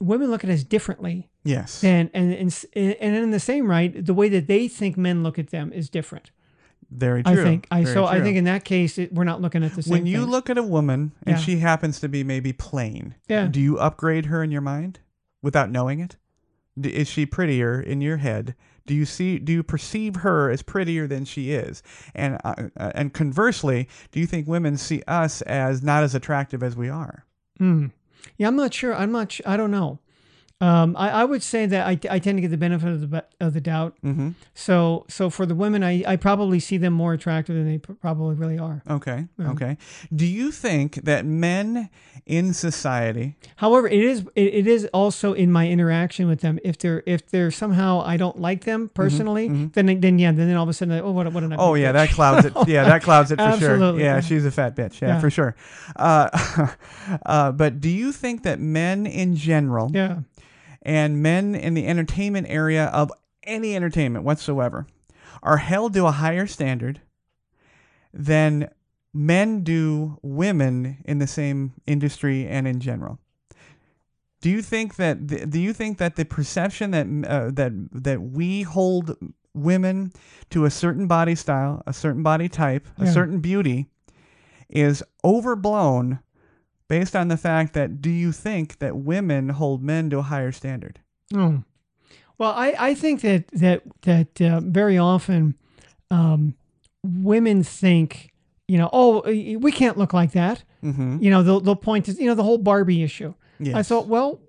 S1: women look at us differently
S2: Yes.
S1: than and and and in the same right, the way that they think men look at them is different.
S2: Very
S1: I
S2: true.
S1: think I
S2: Very
S1: so I
S2: true.
S1: think in that case it, we're not looking at the same.
S2: when you
S1: thing.
S2: look at a woman and
S1: Yeah.
S2: she happens to be maybe plain,
S1: Yeah.
S2: do you upgrade her in your mind without knowing it? D- is she prettier in your head? Do you see? Do you perceive her as prettier than she is? And uh, uh, and conversely, do you think women see us as not as attractive as we are?
S1: Hmm. Yeah, I'm not sure. I'm not. Sh- I don't know. Um, I, I would say that I, I tend to get the benefit of the be- of the doubt.
S2: Mm-hmm.
S1: So so for the women, I, I probably see them more attractive than they p- probably really are.
S2: Okay. Okay. Do you think that men in society?
S1: However, it is it, it is also in my interaction with them. If they're if they're somehow I don't like them personally, then then yeah, then, then all of a sudden oh what what an
S2: Mm-hmm. Oh
S1: ugly
S2: yeah,
S1: bitch.
S2: that clouds it. Yeah, that clouds it for sure.
S1: Absolutely,
S2: Yeah,
S1: yeah.
S2: she's a fat bitch. Yeah,
S1: Yeah.
S2: for sure. Uh, uh, but do you think that men in general
S1: yeah
S2: and men in the entertainment area of any entertainment whatsoever are held to a higher standard than men do women in the same industry and in general? Do you think that the, do you think that the perception that uh, that that we hold women to a certain body style, a certain body type, a
S1: Yeah.
S2: certain beauty is overblown based on the fact that do you think that women hold men to a higher standard?
S1: Oh. Well, I, I think that that that uh, very often um, women think, you know, oh, uh, we can't look like that.
S2: Mhm.
S1: You know, they'll, they'll point to, you know, the whole Barbie issue. I
S2: Yes.
S1: thought, well,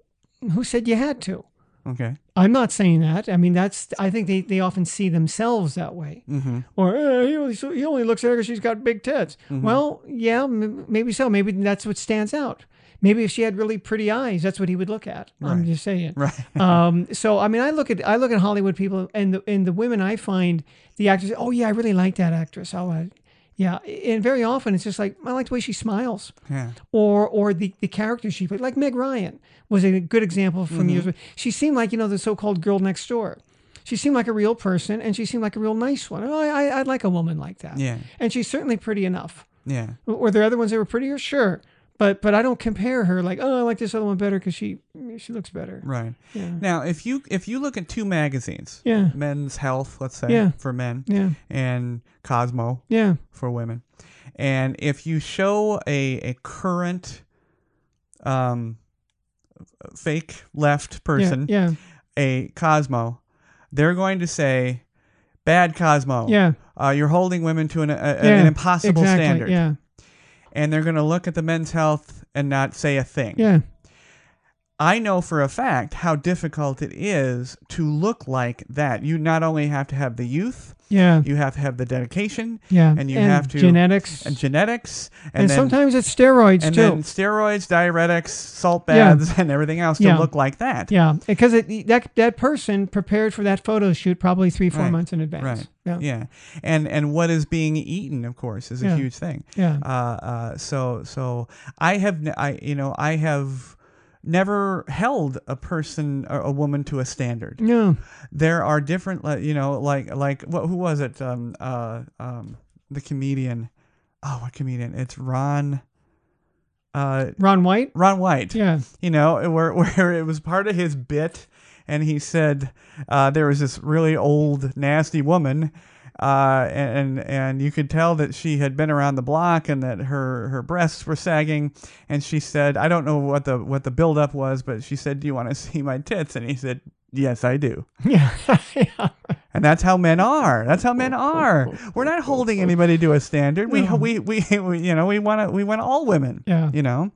S1: who said you had to?
S2: Okay.
S1: I'm not saying that. I mean, that's, I think they, they often see themselves that way.
S2: Mm-hmm.
S1: Or, eh, he, only, so he only looks at her because she's got big tits.
S2: Mm-hmm.
S1: Well, yeah, m- maybe so. Maybe that's what stands out. Maybe if she had really pretty eyes, that's what he would look at. I'm just saying.
S2: Right.
S1: um, so I mean, I look at I look at Hollywood people and the and the women I find the actors. Oh yeah, I really like that actress. Oh, I, yeah, and very often it's just like I like the way she smiles,
S2: Yeah.
S1: or or the the character she played. Like Meg Ryan was a good example
S2: Mm-hmm.
S1: from years. ago. She seemed like you know the so-called girl next door. She seemed like a real person, and she seemed like a real nice one. Oh, I, I I'd like a woman like that.
S2: Yeah.
S1: and she's certainly pretty enough.
S2: Yeah.
S1: Were there other ones that were prettier? Sure. But, but I don't compare her like oh I like this other one better because she she looks better
S2: Right.
S1: Yeah.
S2: Now, if you if you look at two magazines,
S1: Yeah.
S2: Men's Health, let's say,
S1: Yeah.
S2: for men,
S1: yeah
S2: and Cosmo
S1: yeah
S2: for women, and if you show a a current um fake left person
S1: Yeah,
S2: a Cosmo, they're going to say bad Cosmo.
S1: yeah,
S2: Uh, you're holding women to an, a, a-
S1: yeah,
S2: an impossible
S1: exactly,
S2: standard.
S1: Yeah,
S2: and they're going to look at the men's health and not say a thing.
S1: yeah,
S2: I know for a fact how difficult it is to look like that. You not only have to have the youth,
S1: yeah,
S2: you have to have the dedication
S1: yeah.
S2: and you have to-
S1: genetics
S2: and
S1: and,
S2: genetics and, then,
S1: sometimes it's steroids
S2: and
S1: too.
S2: then steroids, diuretics, salt
S1: Yeah.
S2: baths, and everything else to
S1: Yeah.
S2: look like that.
S1: yeah, because it, that that person prepared for that photo shoot probably three four
S2: Right,
S1: months in advance.
S2: right,
S1: Yeah. yeah,
S2: Yeah, and and what is being eaten, of course, is a
S1: Yeah.
S2: huge thing. uh, uh, so so I have n- I you know I have never held a person or a woman to a standard.
S1: no,
S2: There are different like, you know like like what who was it um uh um the comedian oh what comedian it's Ron uh
S1: Ron White.
S2: Ron White
S1: Yeah,
S2: you know where where it was part of his bit and he said uh, there was this really old nasty woman. Uh, and and you could tell that she had been around the block and that her, her breasts were sagging. And she said, "I don't know what the what the buildup was, but she said, do you want to see my tits?'" And he said, "Yes, I do."
S1: Yeah. yeah.
S2: And that's how men are. That's how men are. We're not holding anybody to a standard. We
S1: Yeah.
S2: we, we, we you know we want to we want all women.
S1: Yeah.
S2: You know,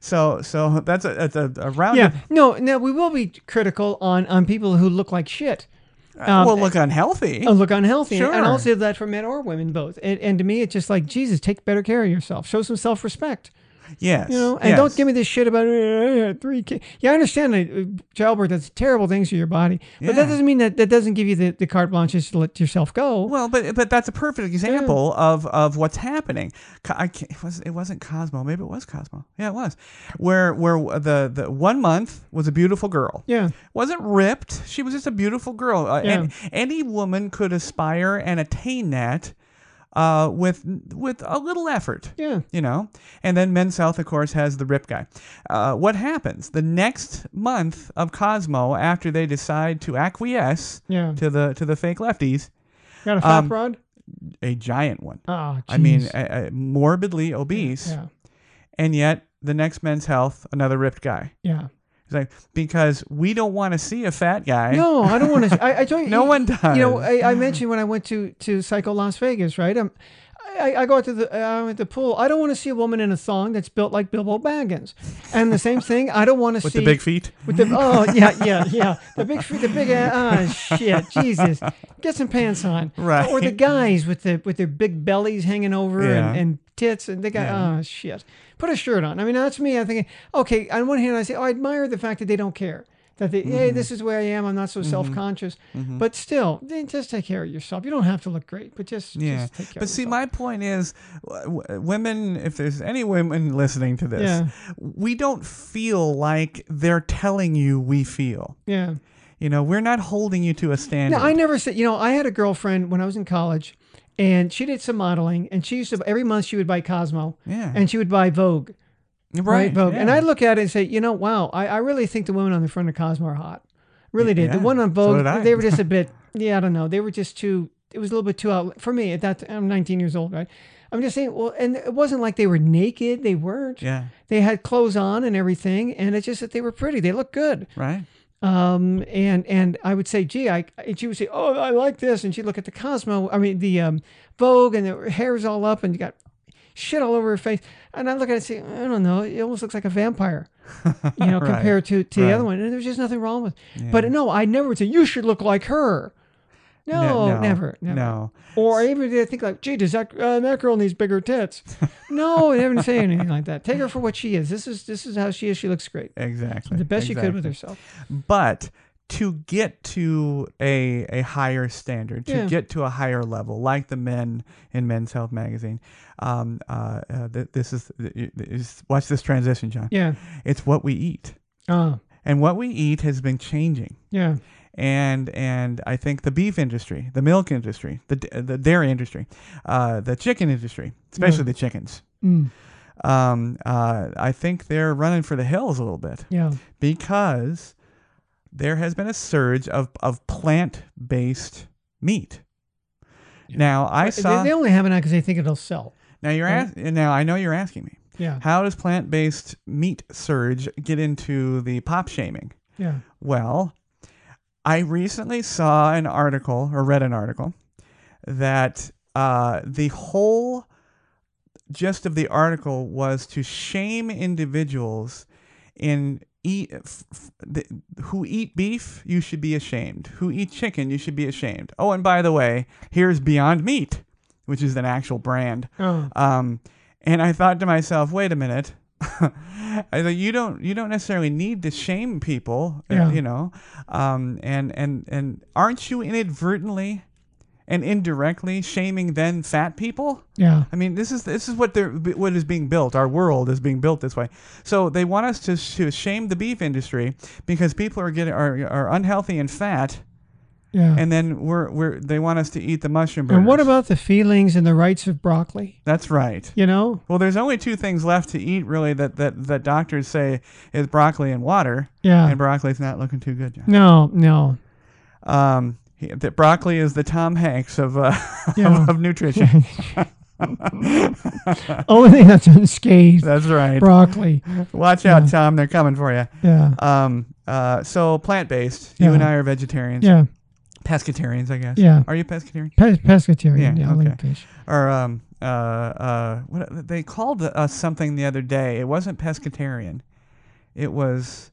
S2: so so that's a that's a, a round.
S1: Yeah. No, no, we will be critical on on people who look like shit. Um,
S2: Uh,
S1: oh,
S2: well, look unhealthy.
S1: and look unhealthy. And- And
S2: Sure.
S1: I'll say that for men or women both. And, and to me, it's just like, Jesus, take better care of yourself. Show some self respect.
S2: yes.
S1: You know, and don't give me this shit about uh, three kids. Yeah, I understand that uh, childbirth does terrible things to your body, but
S2: Yeah.
S1: that doesn't mean that that doesn't give you the, the carte blanche just to let yourself go.
S2: Well, but but that's a perfect example of of what's happening. Co- I can't, it was it wasn't Cosmo, maybe it was Cosmo. Yeah, it was. Where where the the one month was a beautiful girl.
S1: Yeah.
S2: wasn't ripped. She was just a beautiful girl. Uh, And any woman could aspire and attain that uh, with with a little effort.
S1: Yeah.
S2: You know, and then Men South, of course, has the Rip guy. Uh, what happens the next month of Cosmo after they decide to acquiesce
S1: Yeah.
S2: to the to the fake lefties?
S1: Got a fat
S2: um,
S1: rod?
S2: A giant one.
S1: Oh,
S2: I mean,
S1: jeez.
S2: a, a morbidly obese,
S1: yeah.
S2: and yet the next Men's Health, another ripped guy.
S1: Yeah.
S2: It's like because we don't want to see a fat guy.
S1: No, I don't want to. I, I don't.
S2: No one
S1: You know,
S2: does.
S1: I, I mentioned when I went to to Psycho Las Vegas, right? Um, I, I go out to the uh, at the pool. I don't want to see a woman in a thong that's built like Bilbo Baggins, and the same thing. I don't want to
S2: with
S1: see
S2: the big feet.
S1: with the oh yeah yeah yeah the big the big uh, oh shit Jesus get some pants on
S2: Right.
S1: or the guys with the with their big bellies hanging over
S2: Yeah.
S1: and, and tits and they got
S2: Yeah.
S1: oh shit put a shirt on I mean that's me I'm thinking okay on one hand I say oh, I admire the fact that they don't care that they hey
S2: Mm-hmm.
S1: this is where I am I'm not so self conscious but still then just take care of yourself you don't have to look great but just
S2: Yeah,
S1: just take care
S2: but
S1: of
S2: see,
S1: yourself.
S2: my point is, w- w- women. If there's any women listening to this,
S1: Yeah.
S2: we don't feel like they're telling you we feel.
S1: yeah.
S2: You know, we're not holding you to a standard.
S1: No, I never said. You know, I had a girlfriend when I was in college, and she did some modeling, and she used to every month she would buy Cosmo,
S2: Yeah.
S1: and she would buy Vogue, right? Vogue, and
S2: yeah.
S1: I look at it and say, you know, wow, I, I really think the women on the front of Cosmo are hot. Really did. The
S2: Yeah,
S1: one on
S2: so
S1: Vogue,
S2: did I.
S1: they were just a bit. Yeah, I don't know. They were just too. It was a little bit too out for me at that. time, I'm 19 years old, right? I'm just saying. Well, and it wasn't like they were naked. They weren't.
S2: yeah,
S1: They had clothes on and everything, and it's just that they were pretty. They looked good.
S2: right.
S1: Um, and and I would say, gee, I and she would say, oh, I like this, and she'd look at the Cosmo, I mean the um, Vogue, and her hair's all up, and you got shit all over her face, and I look at it and say, I don't know, it almost looks like a vampire, you know,
S2: Right.
S1: compared to to the
S2: Right.
S1: other one, and there's just nothing wrong with. But no, I never would say you should look like her. No, never, never.
S2: no.
S1: Or I even did think like, gee, does that uh, that girl needs bigger tits? no, they didn't say anything like that. Take her for what she is. This is this is how she is. She looks great.
S2: Exactly.
S1: The best she could with
S2: exactly.
S1: herself.
S2: But to get to a a higher standard, to
S1: Yeah.
S2: get to a higher level, like the men in Men's Health magazine, um, uh, uh, th- this is, is watch this transition, John.
S1: Yeah.
S2: It's what we eat,
S1: Oh,
S2: and what we eat has been changing.
S1: yeah.
S2: And and I think the beef industry, the milk industry, the d- the dairy industry, uh, the chicken industry, especially the chickens.
S1: Mm,
S2: Um, uh, I think they're running for the hills a little bit
S1: yeah.
S2: because there has been a surge of, of plant based meat. Now I
S1: They-
S2: saw.
S1: they, only have it now because they think it'll sell.
S2: now you're ask, now I know you're asking me.
S1: Yeah.
S2: How does plant based meat surge get into the pop shaming?
S1: Yeah.
S2: Well, I recently saw an article or read an article that uh, the whole gist of the article was to shame individuals in eat f- f- the, who eat beef you should be ashamed who eat chicken you should be ashamed oh and by the way here's beyond meat which is an actual brand
S1: Oh.
S2: um, and I thought to myself, wait a minute. I thought you don't you don't necessarily need to shame people, uh,
S1: Yeah.
S2: you know. Um, and and and aren't you inadvertently and indirectly shaming then fat people?
S1: Yeah.
S2: I mean, this is this is what they're what is being built. Our world is being built this way. So they want us to to shame the beef industry because people are getting are, are unhealthy and fat,
S1: Yeah.
S2: and then we're we're they want us to eat the mushroom burgers.
S1: and what about the feelings and the rights of broccoli?
S2: That's right.
S1: You know,
S2: Well, there's only two things left to eat, really, that, that, that doctors say is broccoli and water.
S1: Yeah.
S2: And broccoli's not looking too good, John.
S1: no, no,
S2: Um, he- that broccoli is the Tom Hanks of, uh,
S1: Yeah.
S2: of, of nutrition.
S1: only thing that's unscathed
S2: That's right.
S1: broccoli.
S2: Watch out, Tom. They're coming for you.
S1: Yeah,
S2: Um, uh, so plant based. You
S1: Yeah.
S2: and I are vegetarians.
S1: yeah,
S2: Pescatarians, I guess.
S1: Yeah.
S2: Are you pescatarian?
S1: Pes- pescatarian.
S2: Yeah,
S1: Yeah, I like
S2: okay.
S1: fish.
S2: Or um, uh, uh, what they called us something the other day. It wasn't pescatarian. It was.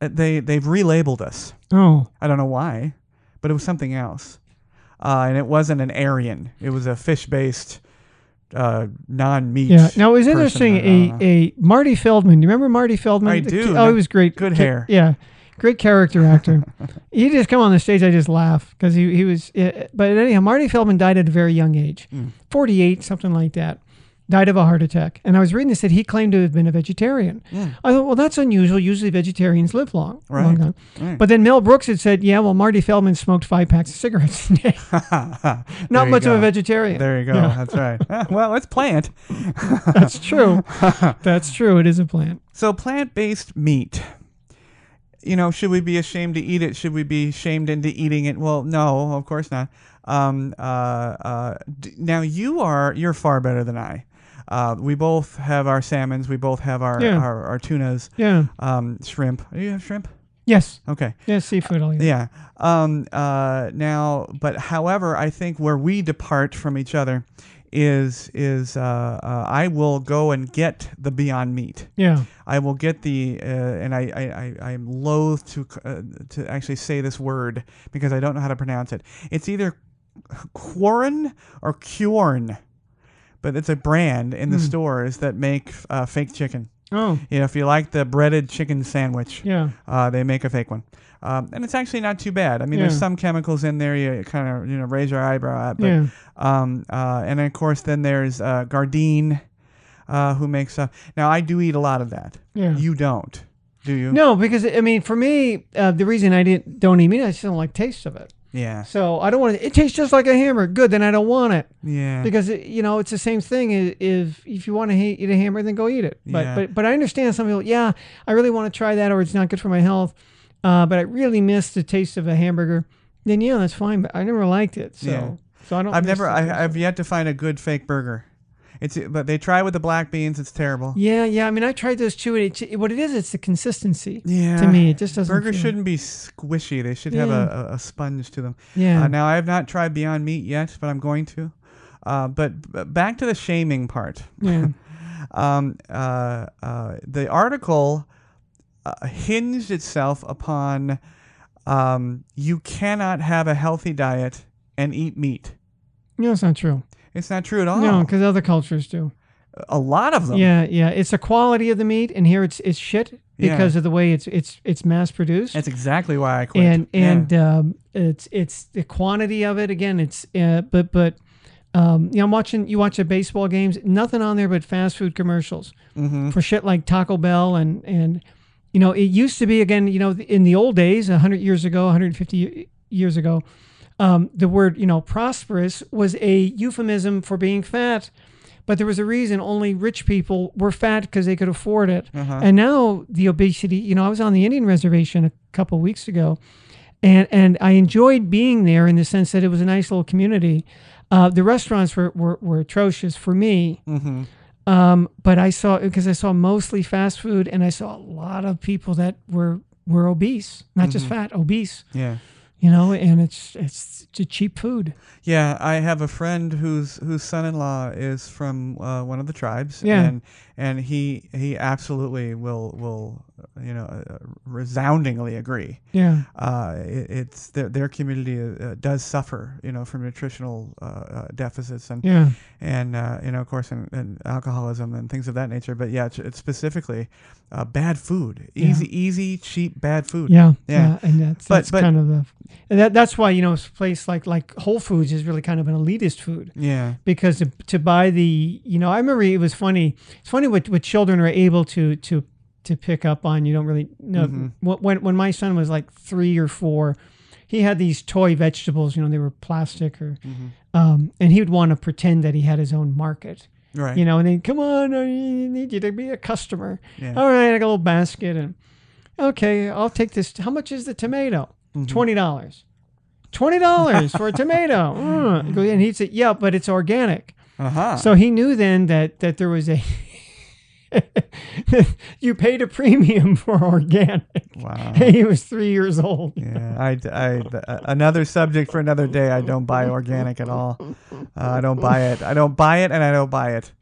S2: uh, They they've relabeled us.
S1: Oh,
S2: I don't know why, but it was something else. Uh, and it wasn't an Aryan. It was a fish based, uh, non meat.
S1: yeah. Now it was interesting. A, a Marty Feldman. You remember Marty Feldman?
S2: I
S1: The
S2: do.
S1: ki- Oh, he was great.
S2: Good
S1: Ki-
S2: hair.
S1: Yeah, great character actor. he just come on the stage. I just laugh because he he was. Yeah, but anyhow, Marty Feldman died at a very young age,
S2: Mm.
S1: forty eight, something like that. Died of a heart attack. And I was reading this that he claimed to have been a vegetarian. I thought, well, that's unusual. Usually vegetarians live long.
S2: Right.
S1: Long time.
S2: Right.
S1: But then Mel Brooks had said, yeah, well, Marty Feldman smoked five packs of cigarettes a day. Not much of a vegetarian.
S2: There you go. That's right. Ah, well, it's plant.
S1: That's true. That's true. It is a plant.
S2: So plant based meat. You know, should we be ashamed to eat it? Should we be shamed into eating it? Well, no, of course not. Um, uh, uh, d- now you are you're far better than I. Uh, we both have our salmons. We both have our
S1: Yeah.
S2: our, our tunas.
S1: Yeah.
S2: um, shrimp. Do you have shrimp?
S1: Yes.
S2: Okay.
S1: Yeah, seafood. I'll eat.
S2: Yeah. Um, uh, now, but however, I think where we depart from each other is is uh, uh, I will go and get the Beyond Meat.
S1: Yeah.
S2: I will get the, uh, and I, I, I, I'm loath to, uh, to actually say this word because I don't know how to pronounce it. It's either Quorn or Quorn, but it's a brand in the stores that make uh, fake chicken.
S1: Oh,
S2: You know, if you like the breaded chicken sandwich,
S1: yeah.
S2: uh, they make a fake one, um, and it's actually not too bad. I mean, there's
S1: Yeah.
S2: some chemicals in there you kind of you know raise your eyebrow at, but
S1: Yeah.
S2: um, uh, and of course then there's uh, Gardein, uh, who makes uh, now I do eat a lot of that.
S1: Yeah.
S2: You don't, do you?
S1: No, because I mean, for me, uh, the reason I didn't don't eat meat, I just don't like taste of it.
S2: Yeah.
S1: So I don't want it. It tastes just like a hamburger. Good, then I don't want it
S2: Yeah.
S1: because it, you know it's the same thing. i- If if you want to eat a hamburger, then go eat it. But
S2: Yeah.
S1: but but I understand some people. Yeah, I really want to try that, or it's not good for my health. Uh, but I really miss the taste of a hamburger. Then yeah, that's fine. But I never liked it, so
S2: Yeah.
S1: so I don't.
S2: I've
S1: miss
S2: never.
S1: it.
S2: I, I've yet to find a good fake burger. It's but they try with the black beans. It's terrible.
S1: Yeah, yeah. I mean, I tried those too, and it, it- what it is, it's the consistency.
S2: Yeah.
S1: To me, it just doesn't.
S2: Uh, Burgers
S1: feel-
S2: shouldn't be squishy. They should have a, a, a sponge to them.
S1: Yeah.
S2: Uh, now I have not tried Beyond Meat yet, but I'm going to. Uh, but b- back to the shaming part.
S1: Yeah.
S2: Um, uh, uh, the article uh, hinged itself upon um, you cannot have a healthy diet and eat meat.
S1: No, it's not true.
S2: It's not true at all.
S1: No, because other cultures do.
S2: a lot of them.
S1: Yeah, yeah. It's the quality of the meat, and here it's it's shit
S2: Yeah.
S1: because of the way it's it's it's mass produced.
S2: That's exactly why I quit.
S1: and
S2: Yeah.
S1: and um, it's it's the quantity of it again. It's uh, but but um, you know, I'm watching you watch the baseball games. Nothing on there but fast food commercials
S2: Mm-hmm.
S1: for shit like Taco Bell and and you know it used to be again. You know, in the old days, 100 years ago, 150 ye- years ago, um, the word you know prosperous was a euphemism for being fat. But there was a reason only rich people were fat because they could afford it.
S2: Uh-huh.
S1: And now the obesity, you know, I was on the Indian reservation a couple weeks ago, and and I enjoyed being there in the sense that it was a nice little community. Uh, the restaurants were, were, were atrocious for me,
S2: Mm-hmm.
S1: um, but I saw because I saw mostly fast food, and I saw a lot of people that were were obese, not
S2: Mm-hmm.
S1: just fat, obese.
S2: yeah.
S1: You know, and it's it's ch- cheap food.
S2: Yeah, I have a friend whose whose son-in-law is from uh, one of the tribes,
S1: Yeah.
S2: and and he he absolutely will will you know uh, resoundingly agree.
S1: Yeah,
S2: Uh, it, it's their their community uh, does suffer you know from nutritional uh, uh, deficits and
S1: yeah,
S2: and uh, you know of course and, and alcoholism and things of that nature. But yeah, it's, it's specifically uh, bad food, easy easy cheap bad food.
S1: yeah,
S2: Yeah.
S1: yeah. And that's,
S2: But-
S1: that's
S2: but-
S1: kind of the and that that's why you know a place like like Whole Foods is really kind of an elitist food.
S2: yeah,
S1: because to, to buy the you know i remember it was funny it's funny what, what children are able to to to pick up on you don't really know when when my son was like three or four he had these toy vegetables. You know, they were plastic or, um, and he would want to pretend that he had his own market.
S2: Right.
S1: You know, and then come on, I need you to be a customer.
S2: Yeah.
S1: All right, I got a little basket, and okay, I'll take this. How much is the tomato?
S2: Mm-hmm.
S1: Twenty dollars. Twenty dollars for a tomato. Mm. Go- And he'd say, "Yeah, but it's organic."
S2: Uh huh.
S1: So he knew then that that there was a you paid a premium for organic.
S2: Wow.
S1: He was three years old.
S2: Yeah, I, d- I- th- uh, another subject for another day. I don't buy organic at all. Uh, I don't buy it. I don't buy it, and I don't buy it.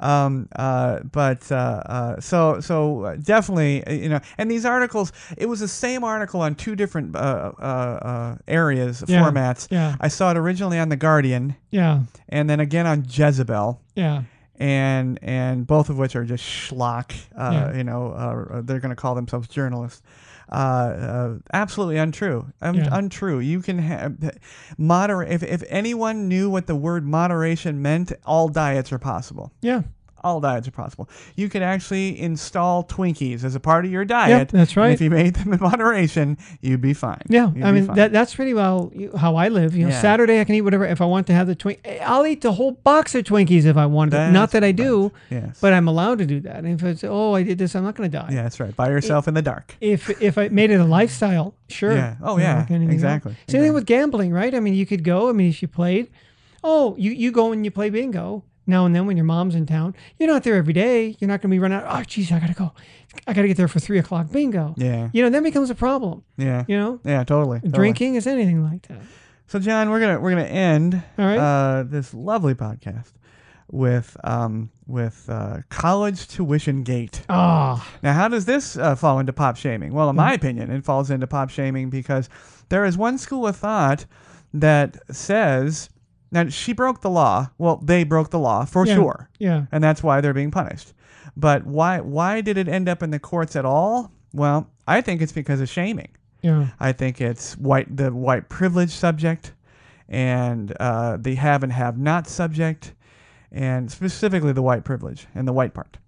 S2: Um, uh, but uh, uh, so so uh, definitely, uh, you know, and these articles. It was the same article on two different uh, uh, uh, areas
S1: Yeah,
S2: formats.
S1: yeah.
S2: I saw it originally on the Guardian,
S1: Yeah,
S2: and then again on Jezebel
S1: yeah,
S2: and and both of which are just schlock. Uh,
S1: Yeah.
S2: You know, uh, they're going to call themselves journalists. Uh, uh, absolutely untrue. Um,
S1: Yeah.
S2: Untrue. You can have moderate. If if anyone knew what the word moderation meant, all diets are possible.
S1: yeah.
S2: All diets are possible. You could actually install Twinkies as a part of your diet.
S1: that's
S2: and
S1: right.
S2: if you made them in moderation, you'd be fine.
S1: Yeah,
S2: You'd
S1: I
S2: be
S1: mean
S2: fine.
S1: that, that's really well you- how I live. You know,
S2: Yeah.
S1: Saturday I can eat whatever if I want to have the twink. I'll eat the whole box of Twinkies if I want to.
S2: That's
S1: Not that I do,
S2: right. Yes.
S1: but I'm allowed to do that. And if it's oh I did this, I'm not going to die.
S2: yeah, that's right. By yourself in the dark.
S1: If if I made it a lifestyle, sure.
S2: Yeah. Oh,
S1: You know,
S2: yeah.
S1: like anything else.
S2: Exactly.
S1: Same thing with gambling, right? I mean, you could go. I mean, if you played, oh, you you go and you play bingo now and then when your mom's in town. You're not there every day. You're not going to be running out. Oh, geez, I got to go. I got to get there for three o'clock bingo.
S2: Yeah.
S1: You know, then becomes a problem.
S2: Yeah.
S1: You know.
S2: Yeah. Totally. totally.
S1: drinking is anything like that.
S2: So John, we're gonna we're gonna end
S1: All right.
S2: uh, this lovely podcast with um, with uh, college tuition gate.
S1: Ah,
S2: Now, how does this uh, fall into pop shaming? Well, in
S1: Mm-hmm.
S2: my opinion, it falls into pop shaming because there is one school of thought that says now she broke the law. Well, they broke the law for
S1: Yeah.
S2: sure,
S1: yeah,
S2: and that's why they're being punished. But why why did it end up in the courts at all? Well, I think it's because of shaming.
S1: yeah,
S2: I think it's white the white privilege subject, and uh, the have and have not subject, and specifically the white privilege and the white part.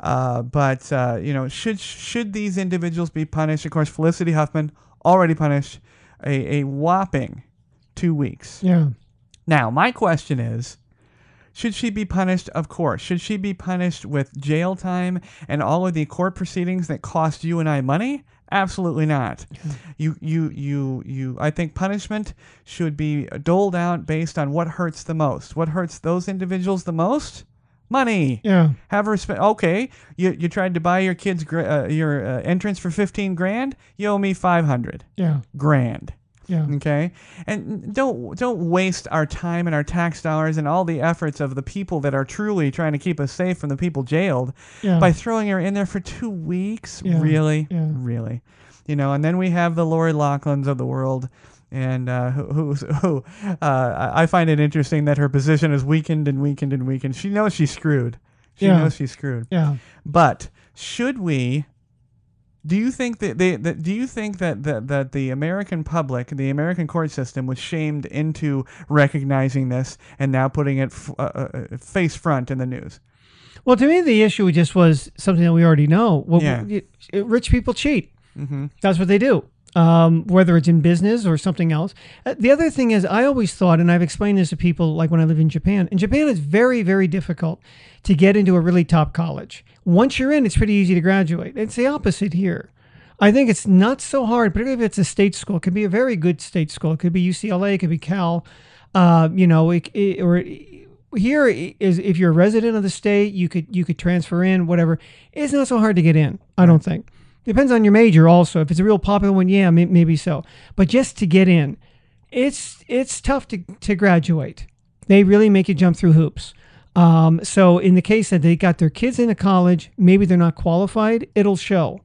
S2: Uh, but uh, you know, should should these individuals be punished? Of course, Felicity Huffman already punished a, a whopping two weeks.
S1: yeah,
S2: Now, my question is should she be punished? Of course. Should she be punished with jail time and all of the court proceedings that cost you and I money? Absolutely not. You, you, you, you. I think punishment should be doled out based on what hurts the most. What hurts those individuals the most? Money.
S1: yeah,
S2: Have her spend. Okay, you, you tried to buy your kids gra- uh, your uh, entrance for fifteen grand. You owe me five hundred
S1: yeah,
S2: grand
S1: yeah,
S2: okay and don't don't waste our time and our tax dollars and all the efforts of the people that are truly trying to keep us safe from the people jailed
S1: yeah.
S2: by throwing her in there for two weeks
S1: Yeah,
S2: really
S1: yeah.
S2: really you know and then we have the lori Loughlin's of the world and uh, who, who, who uh, I I find it interesting that her position is weakened and weakened and weakened. She knows she's screwed. She
S1: Yeah.
S2: knows she's screwed.
S1: yeah,
S2: But should we? Do you think that they that do you think that, that that the American public, the American court system, was shamed into recognizing this and now putting it f- uh, uh, uh, face front in the news?
S1: Well, to me, the issue just was something that we already know. Well,
S2: Yeah.
S1: we- it- rich people cheat. That's what they do. Um, whether it's in business or something else. Uh, the other thing is, I always thought, and I've explained this to people, like when I live in Japan. In Japan, it's very, very difficult to get into a really top college. Once you're in, it's pretty easy to graduate. It's the opposite here. I think it's not so hard, particularly if it's a state school. It could be a very good state school. It could be UCLA. It could be Cal. Uh, you know, it, it, or here is if you're a resident of the state, you could you could transfer in whatever. It's not so hard to get in. I don't think. Depends on your major. Also, if it's a real popular one, yeah, may, maybe so. But just to get in, it's it's tough to, to graduate. They really make you jump through hoops. Um, so in the case that they got their kids into college, maybe they're not qualified. It'll show.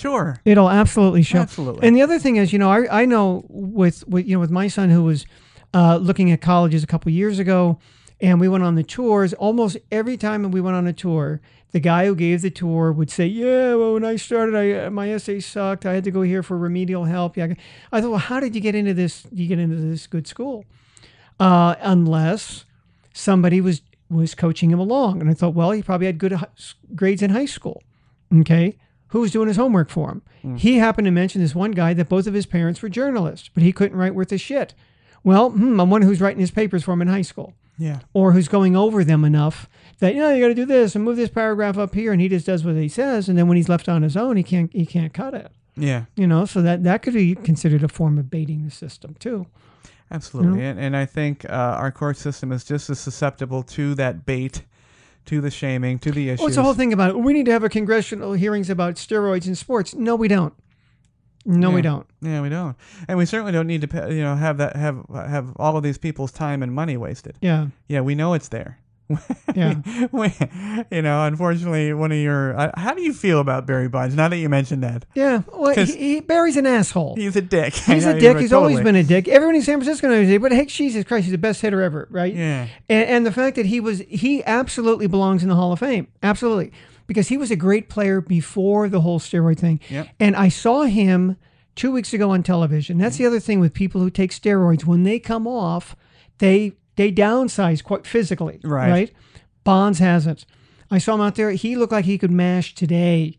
S2: Sure.
S1: It'll absolutely show.
S2: Absolutely.
S1: And the other thing is, you know, I, I know with, with you know with my son who was uh, looking at colleges a couple years ago, and we went on the tours. Almost every time we went on a tour, the guy who gave the tour would say, "Yeah, well, when I started, I uh, my essay sucked. I had to go here for remedial help." Yeah, I got- I thought, well, how did you get into this? You get into this good school, uh, unless somebody was was coaching him along. And I thought, well, he probably had good hi- s- grades in high school. Okay, who was doing his homework for him.
S2: Mm.
S1: He happened to mention this one guy that both of his parents were journalists, but he couldn't write worth a shit. Well, hmm, I'm one who's writing his papers for him in high school
S2: Yeah.
S1: or who's going over them enough that you know you got to do this and move this paragraph up here and he just does what he says and then when he's left on his own he can't he can't cut it
S2: Yeah.
S1: you know so that that could be considered a form of baiting the system too
S2: Absolutely. And, and I think uh, our court system is just as susceptible to that bait, to the shaming, to the issues.
S1: well Oh, it's the whole thing about we need to have a congressional hearings about steroids in sports no we don't no we
S2: Yeah.
S1: don't
S2: Yeah, we don't, and we certainly don't need to, pa- you know, have that have have all of these people's time and money wasted.
S1: yeah
S2: Yeah, we know it's there.
S1: yeah
S2: we, you know, unfortunately, one of your. Uh, how do you feel about Barry Bonds? Now that you mentioned that,
S1: yeah well
S2: 'Cause-
S1: he, he barry's an asshole
S2: he's a dick.
S1: He's
S2: Yeah,
S1: a
S2: you're
S1: dick.
S2: right,
S1: He's always
S2: totally.
S1: been a dick. Everyone in San Francisco knows it, but hey, Jesus Christ, he's the best hitter ever, right?
S2: Yeah.
S1: And, and the fact that he was, he absolutely belongs in the Hall of Fame. Absolutely. Because he was a great player before the whole steroid thing.
S2: Yep.
S1: And I saw him two weeks ago on television. That's the other thing with people who take steroids. When they come off, they they downsize quite physically.
S2: Right.
S1: Right. Bonds hasn't. I saw him out there. He looked like he could mash today.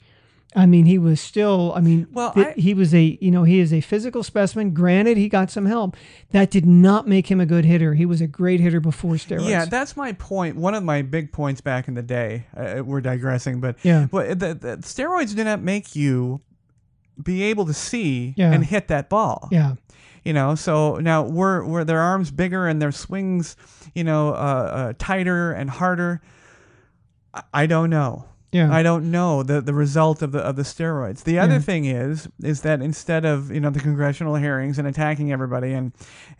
S1: I mean, he was still. I mean,
S2: Well,
S1: th-
S2: I-
S1: he was a you know he is a physical specimen. Granted, he got some help. That did not make him a good hitter. He was a great hitter before steroids.
S2: Yeah, that's my point. One of my big points back in the day. Uh, we're digressing, but
S1: Yeah.
S2: but the, the steroids do not make you be able to see
S1: Yeah.
S2: and hit that ball.
S1: yeah,
S2: You know, so now we're, we're their arms bigger and their swings, you know, uh, uh, tighter and harder. I, I don't know.
S1: yeah.
S2: I don't know the, the result of the of the steroids. The other thing is is that instead of you know the congressional hearings and attacking everybody and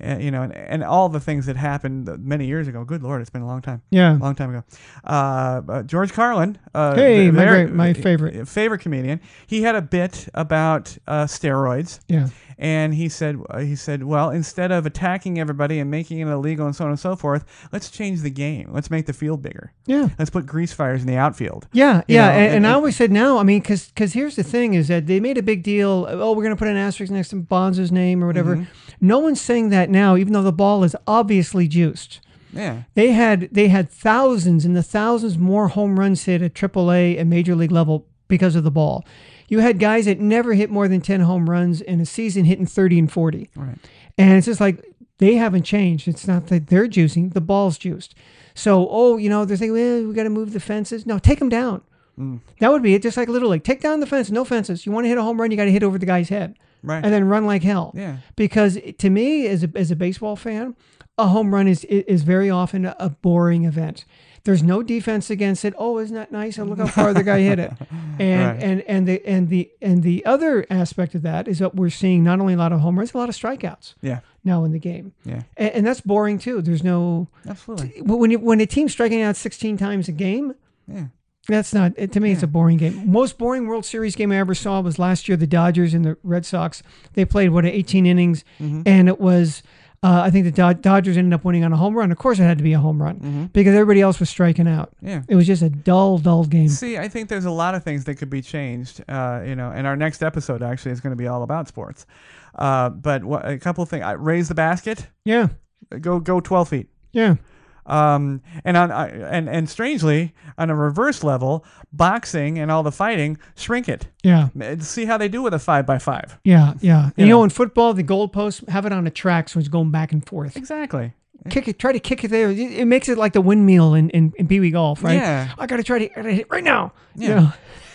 S2: uh, you know and, and all the things that happened many years ago. Good lord, it's been a long time.
S1: yeah.
S2: A long time ago. Uh, uh, George Carlin. Uh,
S1: Hey,
S2: th-
S1: my
S2: their-
S1: great- my favorite.
S2: uh, favorite comedian. He had a bit about uh, steroids,
S1: yeah.
S2: and he said uh, he said, well, instead of attacking everybody and making it illegal and so on and so forth, let's change the game. Let's make the field bigger.
S1: Yeah.
S2: Let's put grease fires in the outfield.
S1: Yeah,
S2: You
S1: yeah,
S2: know,
S1: and,
S2: it-
S1: and I
S2: it-
S1: always said no. I mean, because here's the thing is that they made a big deal. Oh, we're going to put an asterisk next to Bonds' name or whatever.
S2: Mm-hmm.
S1: No one's saying that now, even though the ball is obviously juiced.
S2: Yeah.
S1: They had they had thousands and the thousands more home runs hit at AAA and Major League level because of the ball. You had guys that never hit more than ten home runs in a season, hitting thirty and forty.
S2: Right.
S1: And it's just like they haven't changed. It's not that they're juicing, the ball's juiced. So, oh, you know, they're thinking, well, we got to move the fences. No, take them down. That would be it. Just like Little League, take down the fence, no fences. You want to hit a home run, you got to hit over the guy's head
S2: Right.
S1: and then run like hell.
S2: Yeah.
S1: Because it- to me, as a, as a baseball fan, a home run is i- is very often a boring event. There's no defense against it. Oh, isn't that nice? And look how far the guy hit it. And
S2: Right.
S1: and and the and the and the other aspect of that is that we're seeing not only a lot of home runs, a lot of strikeouts
S2: yeah.
S1: now in the game.
S2: Yeah.
S1: And, and that's boring too. There's no
S2: Absolutely.
S1: when you, when a team's striking out 16 times a game,
S2: Yeah.
S1: that's not it- to me. It's a boring game. Most boring World Series game I ever saw was last year. The Dodgers and the Red Sox. They played what 18 innings,
S2: Mm-hmm.
S1: and it was. Uh, I think the Dod- Dodgers ended up winning on a home run. Of course, it had to be a home run
S2: Mm-hmm.
S1: because everybody else was striking out.
S2: Yeah.
S1: It was just a dull, dull game.
S2: See, I think there's a lot of things that could be changed, uh, you know, and our next episode actually is going to be all about sports. Uh, but wha- a couple of things. I, raise the basket.
S1: Yeah,
S2: Go go 12 feet.
S1: yeah,
S2: Um, and on I and and strangely, on a reverse level, boxing and all the fighting, shrink it.
S1: yeah,
S2: M- See how they do with a five by five.
S1: yeah, yeah. You
S2: Yeah.
S1: know, in football, the goalposts have it on a track, so it's going back and forth.
S2: Exactly.
S1: Kick it, try to kick it there. It, it makes it like the windmill in in, in Pee Wee golf, right?
S2: Yeah.
S1: I gotta try to I gotta hit right now.
S2: Yeah.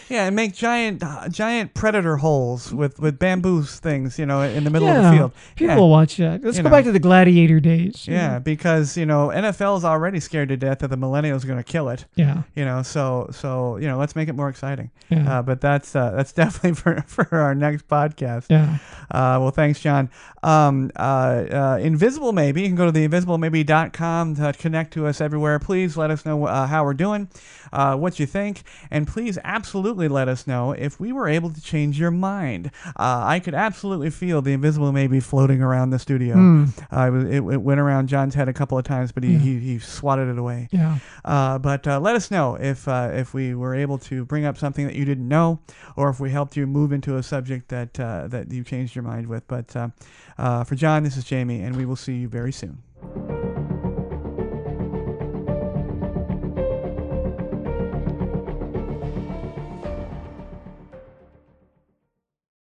S2: Yeah, and make giant uh, giant predator holes with with bamboo things, you know, in the middle of the field.
S1: People
S2: Yeah.
S1: watch that. Let's
S2: You
S1: go
S2: know.
S1: back to the gladiator days. you
S2: Yeah,
S1: know?
S2: because you know NFL's already scared to death that the millennials are going to kill it.
S1: Yeah.
S2: You know, so so you know, let's make it more exciting.
S1: Yeah.
S2: Uh, but that's uh, that's definitely for for our next podcast.
S1: Yeah.
S2: Uh, well, thanks, John. Um, uh, uh, Invisible Maybe. You can go to the invisiblemaybe.com to connect to us everywhere. Please let us know uh, how we're doing, uh, what you think, and please absolutely let us know if we were able to change your mind. Uh, I could absolutely feel the Invisible Maybe floating around the studio.
S1: Hmm.
S2: Uh, it, was- it, it went around John's head a couple of times, but he, he, he swatted it away.
S1: Yeah.
S2: Uh, but uh, let us know if uh, if we were able to bring up something that you didn't know, or if we helped you move into a subject that uh, that you changed your mind with. But uh, uh, for John, this is Jamie, and we will see you very soon.